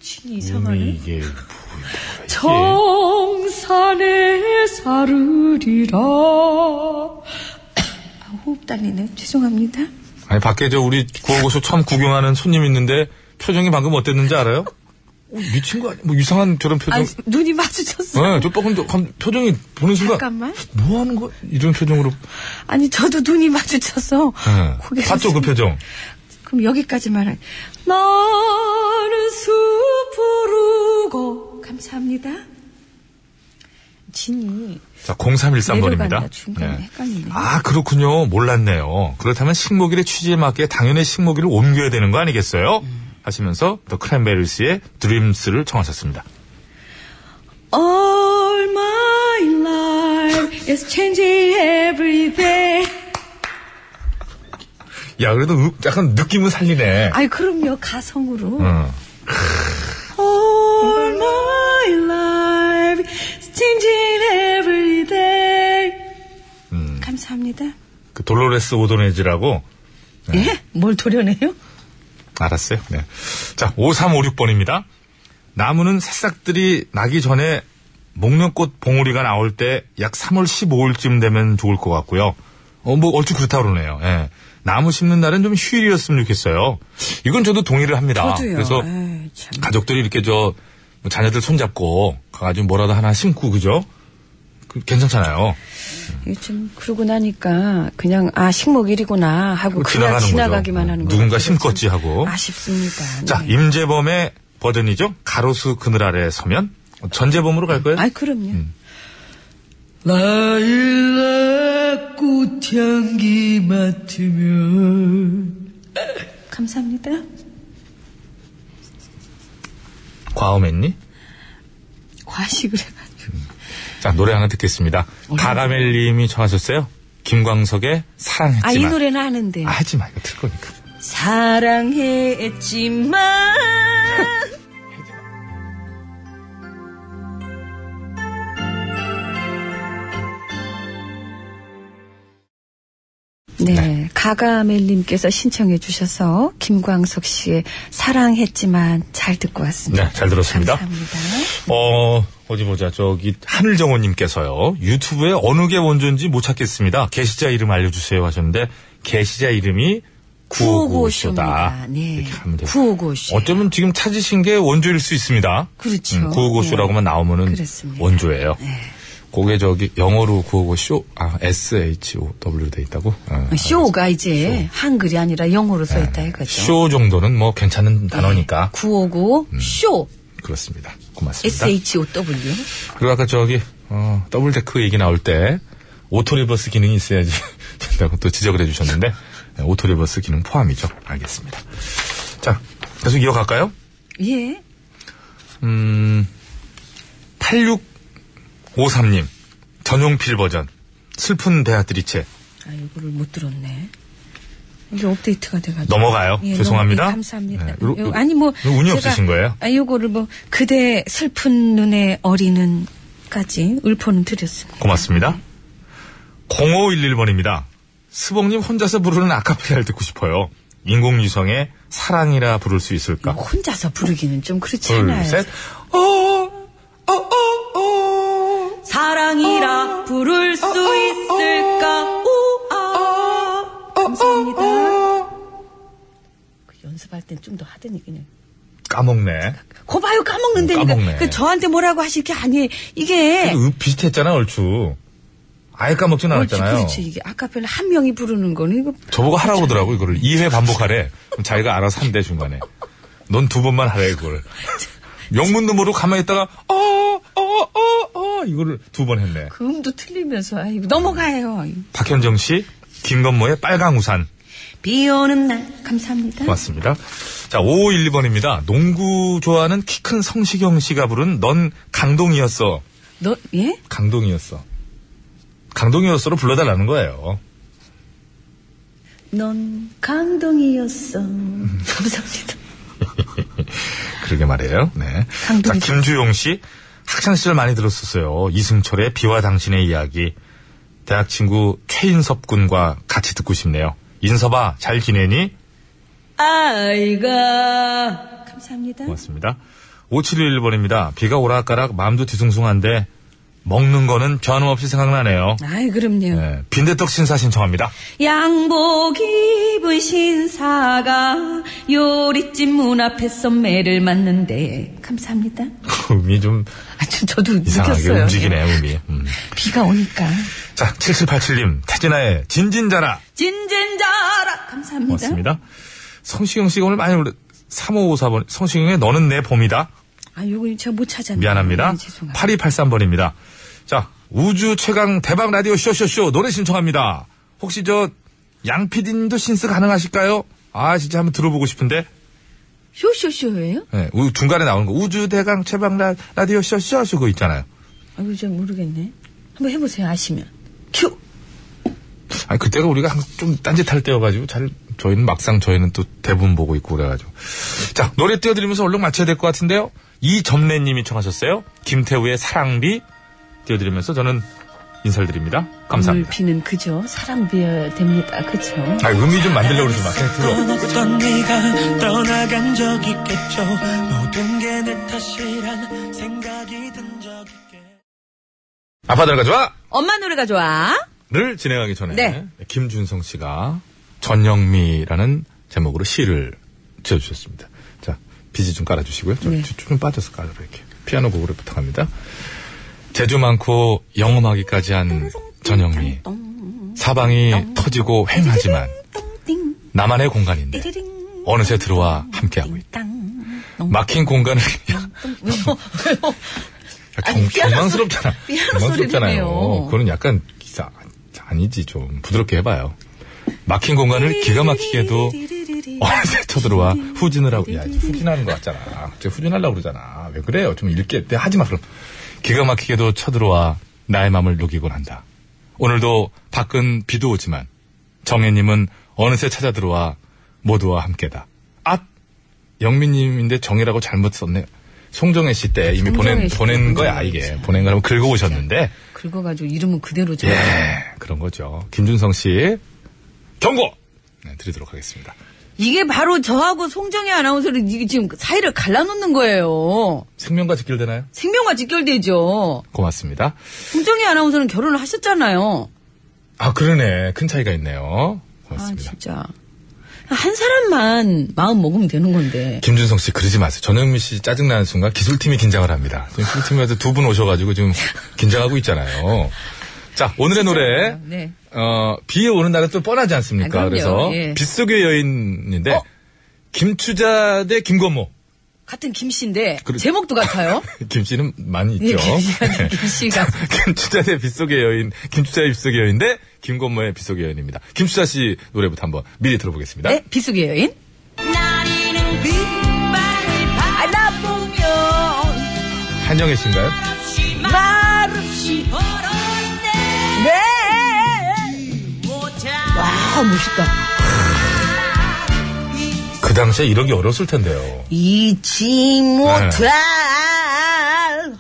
[SPEAKER 9] 진이 이상하네
[SPEAKER 4] 이게
[SPEAKER 9] 정산에 사르리라
[SPEAKER 2] 아, 호흡 달리네. 죄송합니다.
[SPEAKER 4] 아니 밖에 저 우리 구호고쇼 처음 구경하는 손님 있는데 표정이 방금 어땠는지 알아요? 어, 미친 거 아니야? 뭐 이상한 저런 표정.
[SPEAKER 2] 아니, 눈이 마주쳤어.
[SPEAKER 4] 네, 저 조금 더 감- 표정이 보는 순간
[SPEAKER 2] 잠깐만.
[SPEAKER 4] 뭐 하는 거 이런 표정으로.
[SPEAKER 2] 아니, 저도 눈이 마주쳐서
[SPEAKER 4] 네.
[SPEAKER 2] 고개를
[SPEAKER 4] 봤죠 그
[SPEAKER 2] 숙-
[SPEAKER 4] 표정.
[SPEAKER 2] 그럼 여기까지만 할.
[SPEAKER 9] 나는 숲으로 가
[SPEAKER 2] 감사합니다. 진이
[SPEAKER 4] 자 0313번입니다.
[SPEAKER 2] 내려간다 중간에 헷갈리네.
[SPEAKER 4] 아 그렇군요. 몰랐네요. 그렇다면 식목일의 취지에 맞게 당연히 식목일을 옮겨야 되는 거 아니겠어요? 하시면서 더 크랜베리스의 드림스를 청하셨습니다.
[SPEAKER 9] All my life is changing every day
[SPEAKER 4] 야 그래도 음- 약간 느낌은 살리네. 어,
[SPEAKER 2] 아이 그럼요 가성으로
[SPEAKER 4] 응.
[SPEAKER 9] All my life is changing every day
[SPEAKER 4] 음.
[SPEAKER 2] 감사합니다.
[SPEAKER 4] 그 돌로레스 오도네즈라고
[SPEAKER 2] 예? 뭘 도려내요?
[SPEAKER 4] 알았어요. 네. 자, 5356번입니다. 나무는 새싹들이 나기 전에 목련꽃 봉우리가 나올 때 약 3월 15일쯤 되면 좋을 것 같고요. 어, 뭐, 얼추 그렇다 그러네요. 예. 나무 심는 날은 좀 휴일이었으면 좋겠어요. 이건 저도 동의를 합니다.
[SPEAKER 2] 저도요.
[SPEAKER 4] 아,
[SPEAKER 2] 예.
[SPEAKER 4] 그래서
[SPEAKER 2] 에이, 아, 참.
[SPEAKER 4] 가족들이 이렇게 저뭐 자녀들 손잡고 가가지고 뭐라도 하나 심고, 그죠? 그, 괜찮잖아요.
[SPEAKER 2] 이게 좀 그러고 나니까 그냥 아 식목일이구나 하고 그냥
[SPEAKER 4] 지나가는 거죠.
[SPEAKER 2] 지나가기만 하는 거예요.
[SPEAKER 4] 누군가 심겠지 하고.
[SPEAKER 2] 아쉽습니다.
[SPEAKER 4] 자,
[SPEAKER 2] 네.
[SPEAKER 4] 임재범의 버전이죠. 가로수 그늘 아래 서면 전재범으로 갈 거예요.
[SPEAKER 2] 아이 그럼요.
[SPEAKER 10] 라일락 꽃향기 맡으면
[SPEAKER 2] 감사합니다.
[SPEAKER 4] 과음했니?
[SPEAKER 2] 과식을 해가지고.
[SPEAKER 4] 자, 노래 하나 듣겠습니다. 다가멜 님이 청하셨어요. 김광석의 사랑했지만.
[SPEAKER 2] 아, 이 노래는 아는데.
[SPEAKER 4] 아, 하지 마. 이거 틀 거니까.
[SPEAKER 10] 사랑했지만
[SPEAKER 2] 네. 가가멜님께서 신청해 주셔서 김광석 씨의 사랑했지만 잘 듣고 왔습니다.
[SPEAKER 4] 네, 잘 들었습니다.
[SPEAKER 2] 감사합니다.
[SPEAKER 4] 어, 어디 보자. 저기, 하늘정호님께서요. 유튜브에 어느 게 원조인지 못 찾겠습니다. 게시자 이름 알려주세요 하셨는데, 게시자 이름이 구호고쇼다.
[SPEAKER 2] 구호고쇼입니다. 네.
[SPEAKER 4] 이렇게 하면 돼요.
[SPEAKER 2] 구호고쇼.
[SPEAKER 4] 그렇죠. 어쩌면 지금 찾으신 게 원조일 수 있습니다.
[SPEAKER 2] 그렇죠.
[SPEAKER 4] 음, 구호고쇼라고만 나오면은
[SPEAKER 2] 그렇습니다. 네.
[SPEAKER 4] 원조예요. 그게 저기, 영어로 구호고쇼, 아, SHOW 돼 있다고? 어,
[SPEAKER 2] 쇼가 이제 한글이 아니라 영어로 써
[SPEAKER 4] 네.
[SPEAKER 2] 있다 이거죠.
[SPEAKER 4] 쇼 정도는 뭐
[SPEAKER 2] 네.
[SPEAKER 4] 괜찮은 단어니까. 음.
[SPEAKER 2] 959 쇼
[SPEAKER 4] 그렇습니다. 고맙습니다.
[SPEAKER 2] S H O W.
[SPEAKER 4] 그리고 아까 저기 어, 더블 데크 얘기 나올 때 오토 리버스 기능이 있어야지 된다고 또 지적을 해주셨는데 네, 오토 리버스 기능 포함이죠. 알겠습니다. 자 계속 이어갈까요?
[SPEAKER 2] 예.
[SPEAKER 4] 음 8653님 전용필 버전 슬픈 베아트리체
[SPEAKER 2] 아 이거를 못 들었네. 이게 업데이트가 돼가지고
[SPEAKER 4] 넘어가요.
[SPEAKER 2] 예,
[SPEAKER 4] 죄송합니다.
[SPEAKER 2] 넘어- 예, 감사합니다.
[SPEAKER 4] 네, 요-
[SPEAKER 2] 요- 아니 뭐
[SPEAKER 4] 요 운이 없으신 거예요?
[SPEAKER 2] 아 요거를 뭐 그대 슬픈 눈에 어리는까지 읊어는 드렸습니다.
[SPEAKER 4] 고맙습니다. 0511번입니다. 스봉님 혼자서 부르는 아카펠라를 듣고 싶어요. 인공유성의 사랑이라 부를 수 있을까?
[SPEAKER 2] 뭐 혼자서 부르기는 좀 그렇지
[SPEAKER 4] 둘,
[SPEAKER 2] 않아요.
[SPEAKER 4] 셋. 어, 어, 어, 어.
[SPEAKER 10] 사랑이라 부를 수 있을까 우아
[SPEAKER 2] 감사합니다.
[SPEAKER 10] 그 연습할 땐 좀 더 하더니 그냥
[SPEAKER 4] 까먹네.
[SPEAKER 2] 고봐요 까먹는데
[SPEAKER 4] 어,
[SPEAKER 2] 이거.
[SPEAKER 4] 까먹네.
[SPEAKER 2] 그 저한테 뭐라고 하실 게 아니에요. 이게
[SPEAKER 4] 그 비슷했잖아, 얼추. 아예 까먹진
[SPEAKER 2] 옳지,
[SPEAKER 4] 않았잖아요.
[SPEAKER 2] 어, 그렇죠, 그렇지 이게 아카펠라 한 명이 부르는 거는 이거
[SPEAKER 4] 저보고 하라고 그러더라고, 이거를. 2회 반복하래. 그럼 자기가 알아서 한대, 중간에. 넌 두 번만 하래, 그걸. 영문 놈으로 가만히 있다가, 어, 어, 어, 어, 이거를 두 번 했네.
[SPEAKER 2] 그 음도 틀리면서 아 이거 넘어가요.
[SPEAKER 4] 박현정 씨, 김건모의 빨강 우산.
[SPEAKER 2] 비 오는 날 감사합니다.
[SPEAKER 4] 고맙습니다. 자, 5512번입니다. 농구 좋아하는 키 큰 성시경 씨가 부른 넌 강동이었어.
[SPEAKER 2] 너 예?
[SPEAKER 4] 강동이었어. 강동이었어로 불러달라는 거예요.
[SPEAKER 2] 넌 강동이었어.
[SPEAKER 4] 음.
[SPEAKER 2] 감사합니다.
[SPEAKER 4] 그러게 말이에요. 네. 자,
[SPEAKER 2] 강동이
[SPEAKER 4] 김주용 씨. 학창시절 많이 들었었어요. 이승철의 비와 당신의 이야기. 대학 친구 최인섭 군과 같이 듣고 싶네요. 인섭아, 잘 지내니?
[SPEAKER 10] 아이가
[SPEAKER 2] 감사합니다.
[SPEAKER 4] 고맙습니다. 5711번입니다. 비가 오락가락 마음도 뒤숭숭한데 먹는 거는 변함없이 생각나네요.
[SPEAKER 2] 아이 그럼요.
[SPEAKER 4] 네, 빈대떡 신사 신청합니다.
[SPEAKER 10] 양복 입은 신사가 요리집 문 앞에서 매를 맞는데
[SPEAKER 2] 감사합니다.
[SPEAKER 4] 음이 좀
[SPEAKER 2] 아, 저, 저도
[SPEAKER 4] 이상하게
[SPEAKER 2] 느꼈어요.
[SPEAKER 4] 움직이네, 음이. 음.
[SPEAKER 2] 비가 오니까.
[SPEAKER 4] 자, 7787님, 태진아의 진진자라.
[SPEAKER 10] 진진자라
[SPEAKER 2] 감사합니다.
[SPEAKER 4] 고맙습니다. 성시경 씨가 오늘 많이 올래 3554번, 성시경의 너는 내 봄이다.
[SPEAKER 2] 아, 요거 제가 못 찾았네요.
[SPEAKER 4] 미안합니다.
[SPEAKER 2] 네, 죄송합니다.
[SPEAKER 4] 8283번입니다. 자, 우주 최강 대박 라디오 쇼쇼쇼 노래 신청합니다. 혹시 저, 양피디님도 신스 가능하실까요? 아, 진짜 한번 들어보고 싶은데.
[SPEAKER 2] 쇼쇼쇼예요?
[SPEAKER 4] 예, 우- 중간에 나오는 거. 우주 대강 최강 라, 라디오 쇼쇼쇼 그거 있잖아요.
[SPEAKER 2] 아이고, 잘 모르겠네. 한번 해보세요, 아시면. 큐!
[SPEAKER 4] 아니, 그때가 우리가 항상 좀 딴짓할 때여가지고 잘, 저희는 막상 저희는 또 대본 보고 있고 그래가지고. 자, 노래 띄워드리면서 얼른 맞춰야 될 것 같은데요. 이점래님이 청하셨어요. 김태우의 사랑비 띄워드리면서 저는 인사를 드립니다. 감사합니다.
[SPEAKER 2] 물피는 그죠? 사람 비어 됩니다. 그죠?
[SPEAKER 4] 아, 음이 좀 만들려고 그러지 마. 그냥 들어.
[SPEAKER 11] 떠났던 네가 떠나간 적 있겠죠 모든 게 내 탓이란 생각이 든 적 있겠죠
[SPEAKER 4] 아빠 노래가 좋아!
[SPEAKER 10] 엄마 노래가 좋아
[SPEAKER 4] 를 진행하기 전에.
[SPEAKER 10] 네.
[SPEAKER 4] 김준성 씨가 전영미라는 제목으로 시를 지어주셨습니다. 자, 비지 좀 깔아주시고요. 좀, 좀 빠져서 깔아요, 이렇게. 피아노 곡으로 부탁합니다. 재주 많고 영험하기까지 한 전영미. 사방이 터지고 횡하지만 나만의 공간인데 어느새
[SPEAKER 2] 뭐,
[SPEAKER 4] 들어와 함께하고 있다. 막힌 공간을
[SPEAKER 2] 아니, 피아노
[SPEAKER 4] 경망스럽잖아.
[SPEAKER 2] 소리- 피아노 소리를
[SPEAKER 4] 경망스럽잖아요.
[SPEAKER 2] 내요.
[SPEAKER 4] 그건 약간 자, 아니지 좀 부드럽게 해봐요. 막힌 공간을 기가 막히게도 어느새 쳐들어와 후진을 하고 야 이제 후진하는 거 같잖아. 갑자기 후진하려고 그러잖아. 왜 그래요? 좀 읽게 때 하지 마 그럼. 기가 막히게도 쳐들어와 나의 마음을 녹이곤 한다. 오늘도 밖은 비도 오지만 정혜님은 어느새 찾아 들어와 모두와 함께다. 앗 영민님인데 정이라고 잘못 썼네. 송정혜 씨 때 이미 보낸
[SPEAKER 2] 송정혜 씨
[SPEAKER 4] 보낸
[SPEAKER 2] 때
[SPEAKER 4] 거야
[SPEAKER 2] 보낸
[SPEAKER 4] 이게
[SPEAKER 2] 거지.
[SPEAKER 4] 보낸 거라고 긁어 오셨는데
[SPEAKER 2] 긁어가지고 이름은 그대로 죠
[SPEAKER 4] 예 그런 거죠. 김준성 씨 경고 네, 드리도록 하겠습니다.
[SPEAKER 2] 이게 바로 저하고 송정희 아나운서를 이게 지금 사이를 갈라놓는 거예요.
[SPEAKER 4] 생명과 직결되나요?
[SPEAKER 2] 생명과 직결되죠.
[SPEAKER 4] 고맙습니다.
[SPEAKER 2] 송정희 아나운서는 결혼을 하셨잖아요.
[SPEAKER 4] 아 그러네 큰 차이가 있네요.
[SPEAKER 2] 아,
[SPEAKER 4] 고맙습니다.
[SPEAKER 2] 진짜. 한 사람만 마음 먹으면 되는 건데.
[SPEAKER 4] 김준성 씨 그러지 마세요. 전현미 씨 짜증나는 순간 기술팀이 긴장을 합니다. 지금 기술팀에서 두 분 오셔가지고 지금 긴장하고 있잖아요. 자 오늘의 노래
[SPEAKER 2] 네.
[SPEAKER 4] 어, 비에 오는 날은 또 뻔하지 않습니까?
[SPEAKER 2] 아, 그럼요.
[SPEAKER 4] 그래서
[SPEAKER 2] 예. 어?
[SPEAKER 4] 빗속의 여인인데 김추자 대 김건모.
[SPEAKER 2] 같은 김 씨인데
[SPEAKER 4] 그래-
[SPEAKER 2] 제목도 같아요.
[SPEAKER 4] 김 씨는 많이
[SPEAKER 2] 예, 그러니까
[SPEAKER 4] 있죠. 네.
[SPEAKER 2] 김 씨가 아니라 김 씨가
[SPEAKER 4] 김추자 대 빗속의 여인, 김추자의 빗속의 여인데 김건모의 빗속의 여인입니다. 김추자 씨 노래부터 한번 미리 들어보겠습니다.
[SPEAKER 2] 네, 비수기 여인.
[SPEAKER 6] 나리는 빗방울
[SPEAKER 2] 아,
[SPEAKER 6] 바라보면
[SPEAKER 4] 한영애 씨인가요?
[SPEAKER 6] 말없이 걸었네 모자
[SPEAKER 2] 아, 멋있다.
[SPEAKER 4] 그 당시에 이러기 어려웠을 텐데요.
[SPEAKER 2] 잊지 못할.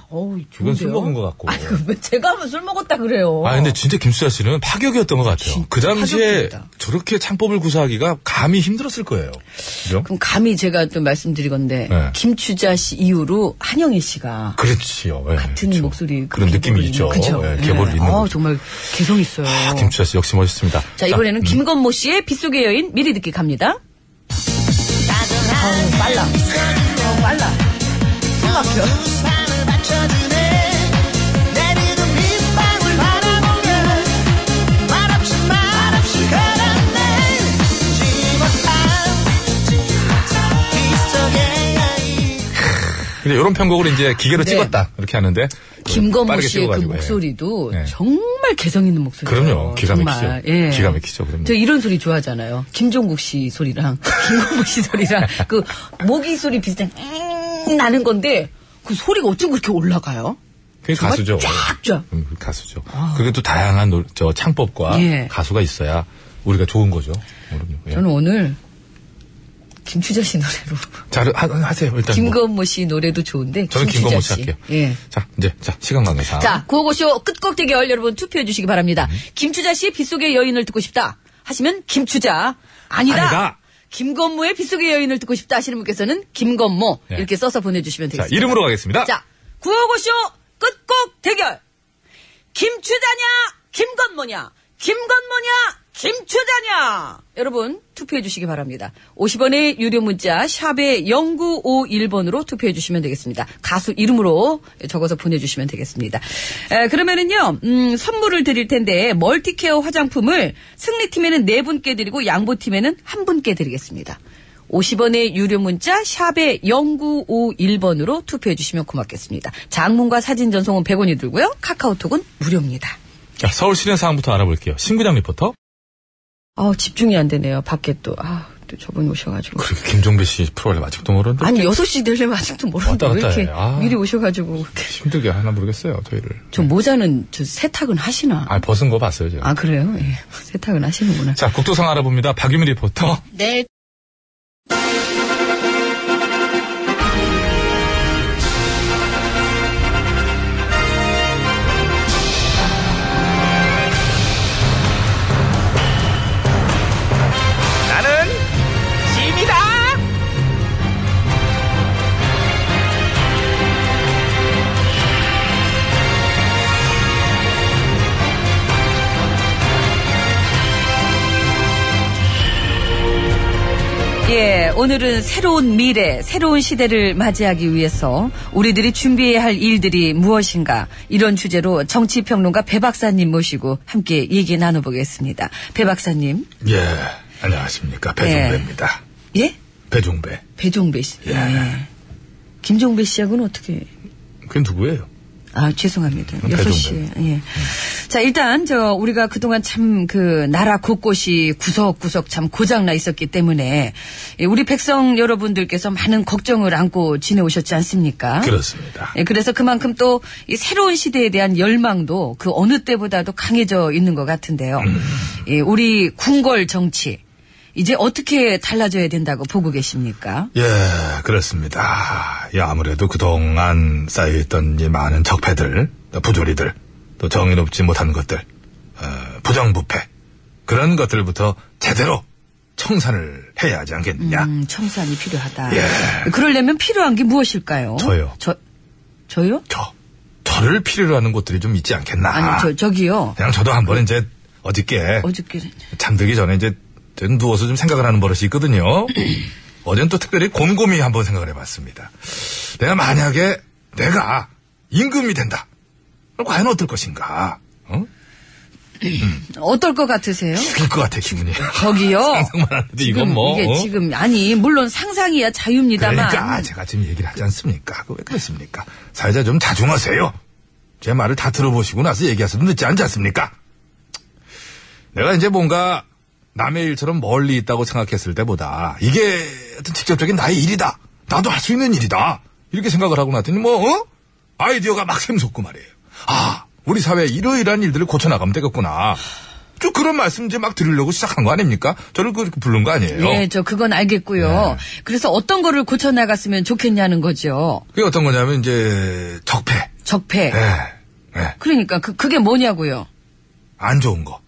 [SPEAKER 2] 어우,
[SPEAKER 4] 이건 술
[SPEAKER 2] 좋은데요?
[SPEAKER 4] 먹은 것 같고.
[SPEAKER 2] 아니, 그왜 제가 하면 술 먹었다 그래요.
[SPEAKER 4] 아, 근데 진짜 김수자 씨는 파격이었던 것 같아요.
[SPEAKER 2] 어. 진짜
[SPEAKER 4] 그 당시에
[SPEAKER 2] 파격적이다.
[SPEAKER 4] 저렇게 창법을 구사하기가 감이 힘들었을 거예요. 그죠?
[SPEAKER 2] 그럼 감히 제가 또 말씀드리건데
[SPEAKER 4] 네.
[SPEAKER 2] 김추자 씨 이후로 한영희 씨가
[SPEAKER 4] 그렇지요. 예,
[SPEAKER 2] 같은
[SPEAKER 4] 그렇죠.
[SPEAKER 2] 목소리
[SPEAKER 4] 그런 느낌이 있죠.
[SPEAKER 2] 그렇죠.
[SPEAKER 4] 예, 계보를 잇는 거죠.
[SPEAKER 2] 정말 개성 있어요.
[SPEAKER 4] 아, 김추자 음. 씨 역시 멋있습니다.
[SPEAKER 2] 자 이번에는 김건모 씨의 빗속의 여인 미리 듣기 갑니다. 아우, 빨라. 어, 빨라. 숨 막혀.
[SPEAKER 4] 근데 이런 편곡을 이제 기계로
[SPEAKER 2] 네.
[SPEAKER 4] 찍었다 이렇게 하는데
[SPEAKER 2] 김건모
[SPEAKER 4] 빠르게
[SPEAKER 2] 씨의 그
[SPEAKER 4] 찍어가지고, 예.
[SPEAKER 2] 목소리도
[SPEAKER 4] 예.
[SPEAKER 2] 정말 개성 있는 목소리.
[SPEAKER 4] 그럼요. 기가 막히죠. 기가 막히죠, 그럼요.
[SPEAKER 2] 저 이런 소리 좋아하잖아요. 김종국 씨 소리랑 김건모 씨 소리랑 그 모기 소리 비슷한 잉 나는 건데 그 소리가 어쩜 그렇게 올라가요?
[SPEAKER 4] 그게 가수죠.
[SPEAKER 2] 쫙쫙. 아.
[SPEAKER 4] 음, 그 가수죠. 그게 또 다양한 노- 저 창법과
[SPEAKER 2] 예.
[SPEAKER 4] 가수가 있어야 우리가 좋은 거죠. 그럼요. 예.
[SPEAKER 2] 저는 오늘 김추자 씨 노래로
[SPEAKER 4] 자, 하, 하세요. 일단 뭐.
[SPEAKER 2] 김건모 씨 노래도 좋은데
[SPEAKER 4] 저는
[SPEAKER 2] 김추자
[SPEAKER 4] 김건모 씨 할게요.
[SPEAKER 2] 예.
[SPEAKER 4] 자, 이제 자 시간 관계상
[SPEAKER 2] 자, 음. 구호고쇼 끝곡 대결 여러분 투표해 주시기 바랍니다. 김추자 씨의 빗속의 여인을 듣고 싶다 하시면 김추자 아니다.
[SPEAKER 4] 아니다.
[SPEAKER 2] 김건모의 빗속의 여인을 듣고 싶다 하시는 분께서는 김건모
[SPEAKER 4] 네.
[SPEAKER 2] 이렇게 써서 보내주시면
[SPEAKER 4] 자,
[SPEAKER 2] 되겠습니다.
[SPEAKER 4] 이름으로 가겠습니다.
[SPEAKER 2] 자, 구호고쇼 끝곡 대결 김추자냐 김건모냐 김건모냐 김추자냐 여러분 투표해 주시기 바랍니다. 50원의 유료 문자 샵에 0951번으로 투표해 주시면 되겠습니다. 가수 이름으로 적어서 보내주시면 되겠습니다. 에, 그러면은요 음, 선물을 드릴 텐데 멀티케어 화장품을 승리팀에는 네 분께 드리고 양보팀에는 한 분께 드리겠습니다. 50원의 유료 문자 샵에 0951번으로 투표해 주시면 고맙겠습니다. 장문과 사진 전송은 100원이 들고요. 카카오톡은 무료입니다.
[SPEAKER 4] 자, 서울 시내 상황부터 알아볼게요. 신구장 리포터.
[SPEAKER 2] 아 집중이 안 되네요. 밖에 또, 아, 또 저분이 오셔가지고.
[SPEAKER 4] 그리고 김종배 씨 프로그램 아직도 모르는데
[SPEAKER 2] 아니, 6시 되려면 아직도 모르는데
[SPEAKER 4] 왔다
[SPEAKER 2] 왜
[SPEAKER 4] 갔다
[SPEAKER 2] 이렇게
[SPEAKER 4] 해. 아.
[SPEAKER 2] 미리 오셔가지고.
[SPEAKER 4] 힘들게 하나 모르겠어요. 저희를.
[SPEAKER 2] 저 모자는 저 세탁은 하시나?
[SPEAKER 4] 아, 벗은 거 봤어요, 제가.
[SPEAKER 2] 아, 그래요? 예. 세탁은 하시는구나.
[SPEAKER 4] 자, 국토상 알아봅니다. 박유미 리포터.
[SPEAKER 2] 네.
[SPEAKER 5] 나는 짐이다.
[SPEAKER 2] 예, 오늘은 새로운 미래, 새로운 시대를 맞이하기 위해서 우리들이 준비해야 할 일들이 무엇인가 이런 주제로 정치평론가 배 박사님 모시고 함께 얘기 나눠보겠습니다. 배 박사님,
[SPEAKER 4] 예. 안녕하십니까. 배종배입니다.
[SPEAKER 2] 예?
[SPEAKER 4] 배종배. 예.
[SPEAKER 2] 배종배 씨. 예. 김종배 씨하고는 어떻게?
[SPEAKER 4] 그게 누구예요?
[SPEAKER 2] 아, 죄송합니다.
[SPEAKER 4] 음, 배송,
[SPEAKER 2] 6시. 예. 자, 일단, 저, 우리가 그동안 참, 그, 나라 곳곳이 구석구석 참 고장나 있었기 때문에, 예, 우리 백성 여러분들께서 많은 걱정을 안고 지내오셨지 않습니까?
[SPEAKER 4] 그렇습니다.
[SPEAKER 2] 예, 그래서 그만큼 또, 이 새로운 시대에 대한 열망도 그 어느 때보다도 강해져 있는 것 같은데요.
[SPEAKER 4] 음.
[SPEAKER 2] 예, 우리 궁궐 정치. 이제 어떻게 달라져야 된다고 보고 계십니까?
[SPEAKER 4] 예, 그렇습니다. 예, 아무래도 그동안 쌓여있던 이 많은 적폐들, 또 부조리들, 또 정의 높지 못한 것들, 어, 부정부패, 그런 것들부터 제대로 청산을 해야 하지 않겠느냐.
[SPEAKER 2] 음, 청산이 필요하다. 그러려면 필요한 게 무엇일까요?
[SPEAKER 4] 저요.
[SPEAKER 2] 저, 저요?
[SPEAKER 4] 저, 저를 필요로 하는 곳들이 좀 있지 않겠나.
[SPEAKER 2] 아니, 저, 저기요.
[SPEAKER 4] 그냥 저도 한번 이제 어저께
[SPEAKER 2] 어저께.
[SPEAKER 4] 잠들기 전에 이제 저 누워서 좀 생각을 하는 버릇이 있거든요. 어젠 또 특별히 곰곰이 한번 생각을 해봤습니다. 내가 만약에 내가 임금이 된다. 그럼 과연 어떨 것인가? 어?
[SPEAKER 2] 어떨 것 같으세요?
[SPEAKER 4] 죽일 것 같아 기분이.
[SPEAKER 2] 저기요.
[SPEAKER 4] 그만한데 이건 뭐.
[SPEAKER 2] 게
[SPEAKER 4] 어?
[SPEAKER 2] 지금, 아니, 물론 상상이야 자유입니다만.
[SPEAKER 4] 그러니까 제가 지금 얘기를 하지 않습니까? 그왜 그렇습니까? 사회자 좀 자중하세요. 제 말을 다 들어보시고 나서 얘기하셔도 늦지 않지 않습니까? 내가 이제 뭔가 남의 일처럼 멀리 있다고 생각했을 때보다 이게 어떤 직접적인 나의 일이다. 나도 할 수 있는 일이다. 이렇게 생각을 하고 났더니 뭐 어? 아이디어가 막 샘솟고 말이에요. 아 우리 사회 이러이러한 일들을 고쳐나가면 되겠구나. 쭉 그런 말씀 이제 막 들으려고 시작한 거 아닙니까? 저를 그 부른 거 아니에요?
[SPEAKER 2] 예, 저 그건
[SPEAKER 4] 네.
[SPEAKER 2] 알겠고요. 그래서 어떤 거를 고쳐 나갔으면 좋겠냐는 거죠.
[SPEAKER 4] 그게 어떤 거냐면 이제 적폐.
[SPEAKER 2] 적폐.
[SPEAKER 4] 예. 예.
[SPEAKER 2] 그러니까 그 그게 뭐냐고요.
[SPEAKER 4] 안 좋은 거.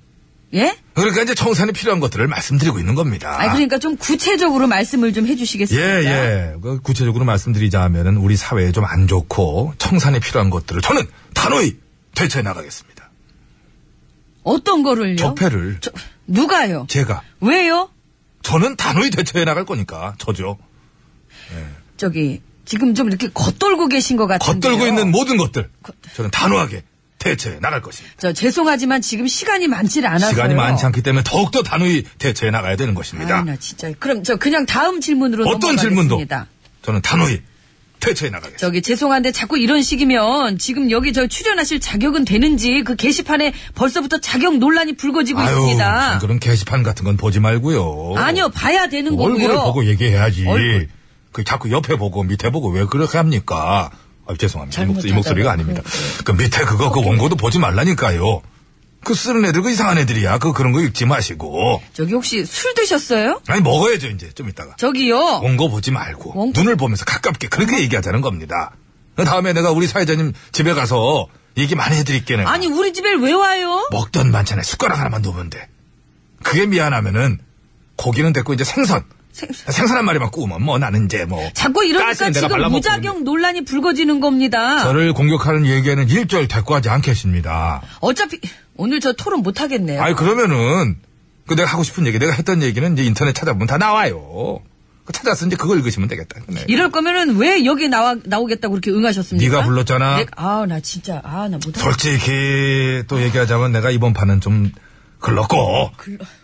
[SPEAKER 2] 예?
[SPEAKER 4] 그러니까 이제 청산이 필요한 것들을 말씀드리고 있는 겁니다.
[SPEAKER 2] 아, 니 그러니까 좀 구체적으로 말씀을 좀 해주시겠습니까?
[SPEAKER 4] 예, 예. 그 구체적으로 말씀드리자면은 우리 사회에 좀 안 좋고 청산이 필요한 것들을 저는 단호히 대처해 나가겠습니다.
[SPEAKER 2] 어떤 거를요?
[SPEAKER 4] 적폐를
[SPEAKER 2] 저- 누가요?
[SPEAKER 4] 제가
[SPEAKER 2] 왜요?
[SPEAKER 4] 저는 단호히 대처해 나갈 거니까 저죠.
[SPEAKER 2] 저기 지금 좀 이렇게 겉돌고 계신 것 같은데.
[SPEAKER 4] 겉돌고 있는 뭐- 모든 것들
[SPEAKER 2] 겉-
[SPEAKER 4] 저는 단호하게 대처해 나갈 것입니다.
[SPEAKER 2] 저 죄송하지만 지금 시간이 많지 않아서.
[SPEAKER 4] 시간이 많지 않기 때문에 더욱더 단호히 대처해 나가야 되는 것입니다.
[SPEAKER 2] 나 진짜. 그럼 저 네. 그냥 다음 질문으로
[SPEAKER 4] 어떤 질문도
[SPEAKER 2] 넘어가겠습니다.
[SPEAKER 4] 저는 단호히 대처해 나가겠습니다.
[SPEAKER 2] 저기 죄송한데 자꾸 이런 식이면 지금 여기 저 출연하실 자격은 되는지 그 게시판에 벌써부터 자격 논란이 불거지고 있습니다.
[SPEAKER 4] 무슨 그런 게시판 같은 건 보지 말고요.
[SPEAKER 2] 아니요, 봐야 되는
[SPEAKER 4] 얼굴을
[SPEAKER 2] 거고요.
[SPEAKER 4] 보고 얘기해야지.
[SPEAKER 2] 얼굴.
[SPEAKER 4] 그 자꾸 옆에 보고 밑에 보고 왜 그렇게 합니까? 아, 죄송합니다. 이, 목,
[SPEAKER 12] 잘못하잖아요.
[SPEAKER 4] 소리가 아닙니다.
[SPEAKER 2] 네.
[SPEAKER 4] 그 밑에 그거 그 원고도 보지 말라니까요. 그 쓰는 애들 그 이상한 애들이야. 그 그런 거 읽지 마시고.
[SPEAKER 2] 저기 혹시 술 드셨어요?
[SPEAKER 4] 아니 먹어야죠 이제 좀 이따가.
[SPEAKER 2] 저기요.
[SPEAKER 4] 원고 보지 말고
[SPEAKER 2] 원고?
[SPEAKER 4] 눈을 보면서 가깝게 그렇게 얘기하자는 겁니다. 그 다음에 내가 우리 사회자님 집에 가서 얘기 많이 해드릴게. 내가.
[SPEAKER 2] 아니 우리 집에 왜 와요?
[SPEAKER 4] 먹던 반찬에 숟가락 하나만 놓으면 돼. 그게 미안하면은 고기는 됐고 이제 생선.
[SPEAKER 2] 생-
[SPEAKER 4] 생선 한 마리만 구우면 뭐 나는 이제 뭐.
[SPEAKER 2] 자꾸 이러니까
[SPEAKER 4] 가스는 내가
[SPEAKER 2] 지금
[SPEAKER 4] 발라먹고
[SPEAKER 2] 무자격 논란이 불거지는 겁니다.
[SPEAKER 4] 저를 공격하는 얘기에는 일절 대꾸하지 않겠습니다.
[SPEAKER 2] 어차피 오늘 저 토론 못 하겠네요.
[SPEAKER 4] 아니 그러면은 그 내가 하고 싶은 얘기, 내가 했던 얘기는 이제 인터넷 찾아보면 다 나와요. 그 찾아서 이제 그걸 읽으시면 되겠다. 네.
[SPEAKER 2] 이럴 거면은 왜 여기 나와 나오겠다고 그렇게 응하셨습니까?
[SPEAKER 4] 네가 불렀잖아.
[SPEAKER 2] 아나 진짜 아 나 못.
[SPEAKER 4] 솔직히 또 얘기하자면 내가 이번 판은 좀
[SPEAKER 2] 아,
[SPEAKER 4] 글렀고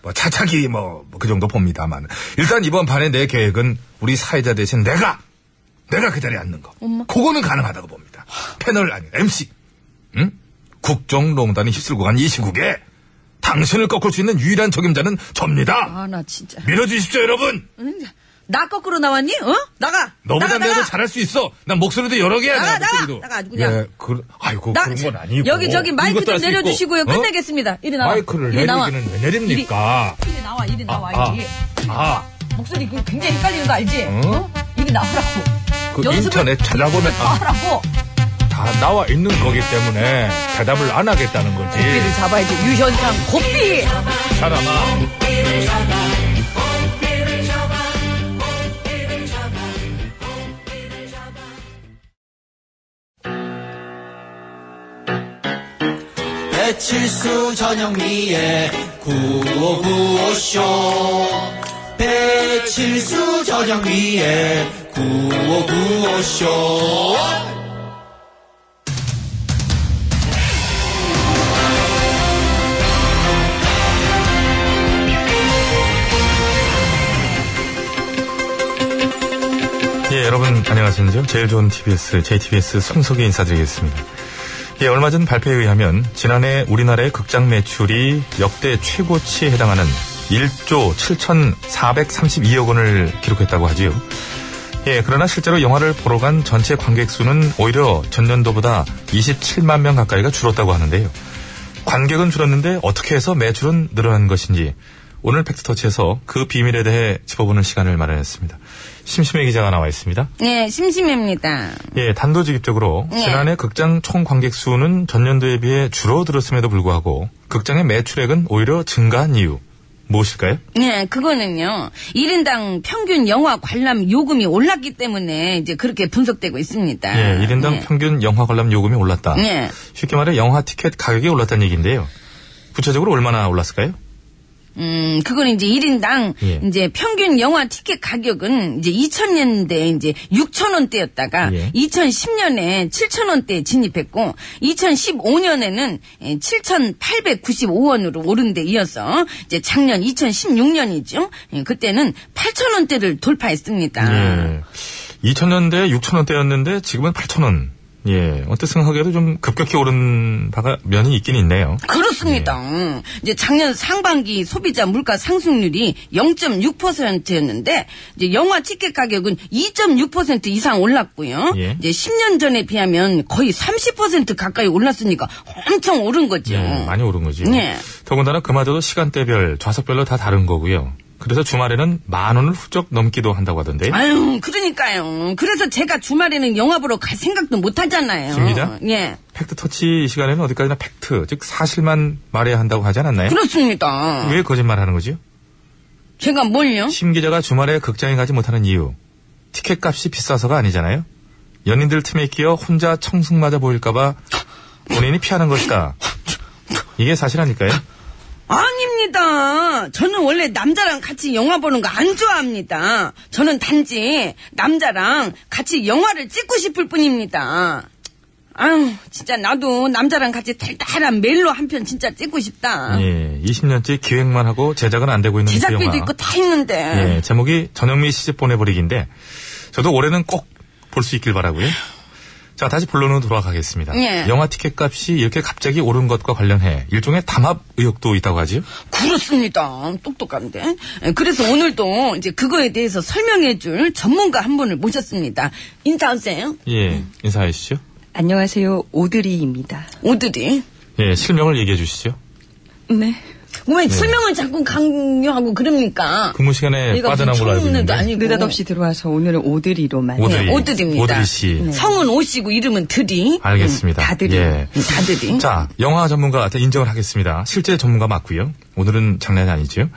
[SPEAKER 4] 뭐 차차기 뭐 그 정도 봅니다만 일단 이번 판의 내 계획은 우리 사회자 대신 내가 내가 그 자리에 앉는 거 그거는 가능하다고 봅니다 패널 아니 MC 응? 국정농단이 휩쓸고 간 이 시국에 당신을 꺾을 수 있는 유일한 적임자는 접니다
[SPEAKER 2] 아나 진짜.
[SPEAKER 4] 밀어주십시오 여러분
[SPEAKER 2] 나 거꾸로 나왔니? 어? 나가.
[SPEAKER 4] 너보다
[SPEAKER 2] 나가,
[SPEAKER 4] 내가 더
[SPEAKER 2] 나가.
[SPEAKER 4] 잘할 수 있어 난 목소리도 여러 개야
[SPEAKER 2] 나가,
[SPEAKER 4] 내가
[SPEAKER 2] 나가,
[SPEAKER 4] 목소리도
[SPEAKER 2] 나가, 아주 그냥.
[SPEAKER 4] 예, 그, 아이고
[SPEAKER 2] 나-
[SPEAKER 4] 그런 건 아니고
[SPEAKER 2] 여기 저기 마이크
[SPEAKER 4] 이것도
[SPEAKER 2] 좀
[SPEAKER 4] 할수 있고.
[SPEAKER 2] 내려주시고요.
[SPEAKER 4] 어?
[SPEAKER 2] 끝내겠습니다. 이리 나와.
[SPEAKER 4] 마이크를
[SPEAKER 2] 이리 나와.
[SPEAKER 4] 내리기는 왜 내립니까?
[SPEAKER 2] 이리 나와. 이리 나와.
[SPEAKER 4] 아.
[SPEAKER 2] 이리.
[SPEAKER 4] 아,
[SPEAKER 2] 목소리 그 굉장히 헷갈리는 거 알지? 어? 이리 나오라고.
[SPEAKER 4] 그
[SPEAKER 2] 연습을-
[SPEAKER 4] 인터넷 찾아보면 아,
[SPEAKER 2] 나오라고.
[SPEAKER 4] 다 나와 있는 거기 때문에 대답을 안 하겠다는 거지.
[SPEAKER 2] 고삐를 잡아야지. 유현상 고삐.
[SPEAKER 4] 사람아.
[SPEAKER 13] 배칠수 전영미의 구호구호쇼 배칠수 전영미의 구호구호쇼
[SPEAKER 4] 예, 여러분 안녕하십니까? 제일 좋은 TBS, JTBS 손석희 인사드리겠습니다.
[SPEAKER 1] 예, 얼마 전 발표에 의하면 지난해 우리나라의 극장 매출이 역대 최고치에 해당하는 1조 7,432억 원을 기록했다고 하지요. 예, 그러나 실제로 영화를 보러 간 전체 관객 수는 오히려 전년도보다 27만 명 가까이가 줄었다고 하는데요. 관객은 줄었는데 어떻게 해서 매출은 늘어난 것인지 오늘 팩트터치에서 그 비밀에 대해 짚어보는 시간을 마련했습니다. 심심해 기자가 나와 있습니다.
[SPEAKER 2] 네, 심심합니다.
[SPEAKER 1] 예, 단도직입적으로
[SPEAKER 2] 예.
[SPEAKER 1] 지난해 극장 총 관객 수는 전년도에 비해 줄어들었음에도 불구하고 극장의 매출액은 오히려 증가한 이유 무엇일까요?
[SPEAKER 2] 네, 그거는요. 1인당 평균 영화 관람 요금이 올랐기 때문에 이제 그렇게 분석되고 있습니다.
[SPEAKER 1] 예, 1인당 평균 영화 관람 요금이 올랐다.
[SPEAKER 2] 예.
[SPEAKER 1] 쉽게 말해 영화 티켓 가격이 올랐다는 얘기인데요. 구체적으로 얼마나 올랐을까요?
[SPEAKER 2] 음, 그건 이제 1인당
[SPEAKER 1] 예.
[SPEAKER 2] 이제 평균 영화 티켓 가격은 이제 2000년대 이제 6,000원대였다가
[SPEAKER 1] 예.
[SPEAKER 2] 2010년에 7,000원대에 진입했고 2015년에는 7,895원으로 오른 데 이어서 이제 작년 2016년이죠. 예, 그때는 8,000원대를 돌파했습니다.
[SPEAKER 1] 예. 2000년대 6,000원대였는데 지금은 8,000원. 예. 언뜻 생각하기에도 좀 급격히 오른 바가 면이 있긴 있네요.
[SPEAKER 2] 그렇습니다.
[SPEAKER 1] 예.
[SPEAKER 2] 음. 이제 작년 상반기 소비자 물가 상승률이 0.6%였는데 이제 영화 티켓 가격은 2.6% 이상 올랐고요.
[SPEAKER 1] 예.
[SPEAKER 2] 이제 10년 전에 비하면 거의 30% 가까이 올랐으니까 엄청 오른 거죠.
[SPEAKER 1] 예, 많이 오른 거지.
[SPEAKER 2] 예.
[SPEAKER 1] 더군다나 그마저도 시간대별, 좌석별로 다 다른 거고요. 그래서 주말에는 만 원을 훌쩍 넘기도 한다고 하던데요.
[SPEAKER 2] 아유, 그러니까요. 그래서 제가 주말에는 영화 보러 갈 생각도 못 하잖아요.
[SPEAKER 1] 씁니다.
[SPEAKER 2] 예.
[SPEAKER 1] 팩트 터치 시간에는 어디까지나 팩트, 즉 사실만 말해야 한다고 하지 않았나요?
[SPEAKER 2] 그렇습니다.
[SPEAKER 1] 왜 거짓말 하는 거지요?
[SPEAKER 2] 제가 뭘요?
[SPEAKER 1] 심 기자가 주말에 극장에 가지 못하는 이유. 티켓 값이 비싸서가 아니잖아요. 연인들 틈에 끼어 혼자 청승 맞아 보일까봐 본인이 피하는 것이다. 이게 사실 아닐까요?
[SPEAKER 2] 아닙니다. 저는 원래 남자랑 같이 영화 보는 거 안 좋아합니다. 저는 단지 남자랑 같이 영화를 찍고 싶을 뿐입니다. 아유, 진짜 나도 남자랑 같이 달달한 멜로 한 편 진짜 찍고 싶다.
[SPEAKER 1] 예, 20년째 기획만 하고 제작은 안 되고 있는 그
[SPEAKER 2] 아. 제작비도
[SPEAKER 1] 영화.
[SPEAKER 2] 있고 다 있는데.
[SPEAKER 1] 예, 제목이 전영미 시집 보내버리기인데 저도 올해는 꼭 볼 수 있길 바라고요. 자, 다시 본론으로 돌아가겠습니다.
[SPEAKER 2] 예.
[SPEAKER 1] 영화 티켓 값이 이렇게 갑자기 오른 것과 관련해 일종의 담합 의혹도 있다고 하지요.
[SPEAKER 2] 그렇습니다. 똑똑한데. 예, 그래서 오늘도 이제 그거에 대해서 설명해 줄 전문가 한 분을 모셨습니다. 인사하세요.
[SPEAKER 1] 예, 인사해 주시죠.
[SPEAKER 14] 안녕하세요. 오드리입니다.
[SPEAKER 2] 오드리.
[SPEAKER 1] 예, 실명을 얘기해 주시죠.
[SPEAKER 14] 네.
[SPEAKER 2] 왜 설명을 자꾸 강요하고 그럽니까?
[SPEAKER 1] 근무 시간에
[SPEAKER 2] 내가
[SPEAKER 1] 예, 빠져나온 걸로 알고 있는데.
[SPEAKER 2] 청문회도 아니고
[SPEAKER 14] 느닷없이 들어와서 오늘은 오드리로만.
[SPEAKER 1] 오드리.
[SPEAKER 2] 네, 오드리입니다.
[SPEAKER 1] 오드리 씨.
[SPEAKER 2] 성은 오씨고 이름은 음, 드리.
[SPEAKER 1] 알겠습니다.
[SPEAKER 14] 다들이.
[SPEAKER 1] 예.
[SPEAKER 2] 다들이.
[SPEAKER 1] 자, 영화 전문가한테 인정을 하겠습니다. 실제 전문가 맞고요. 오늘은 장난이 아니죠.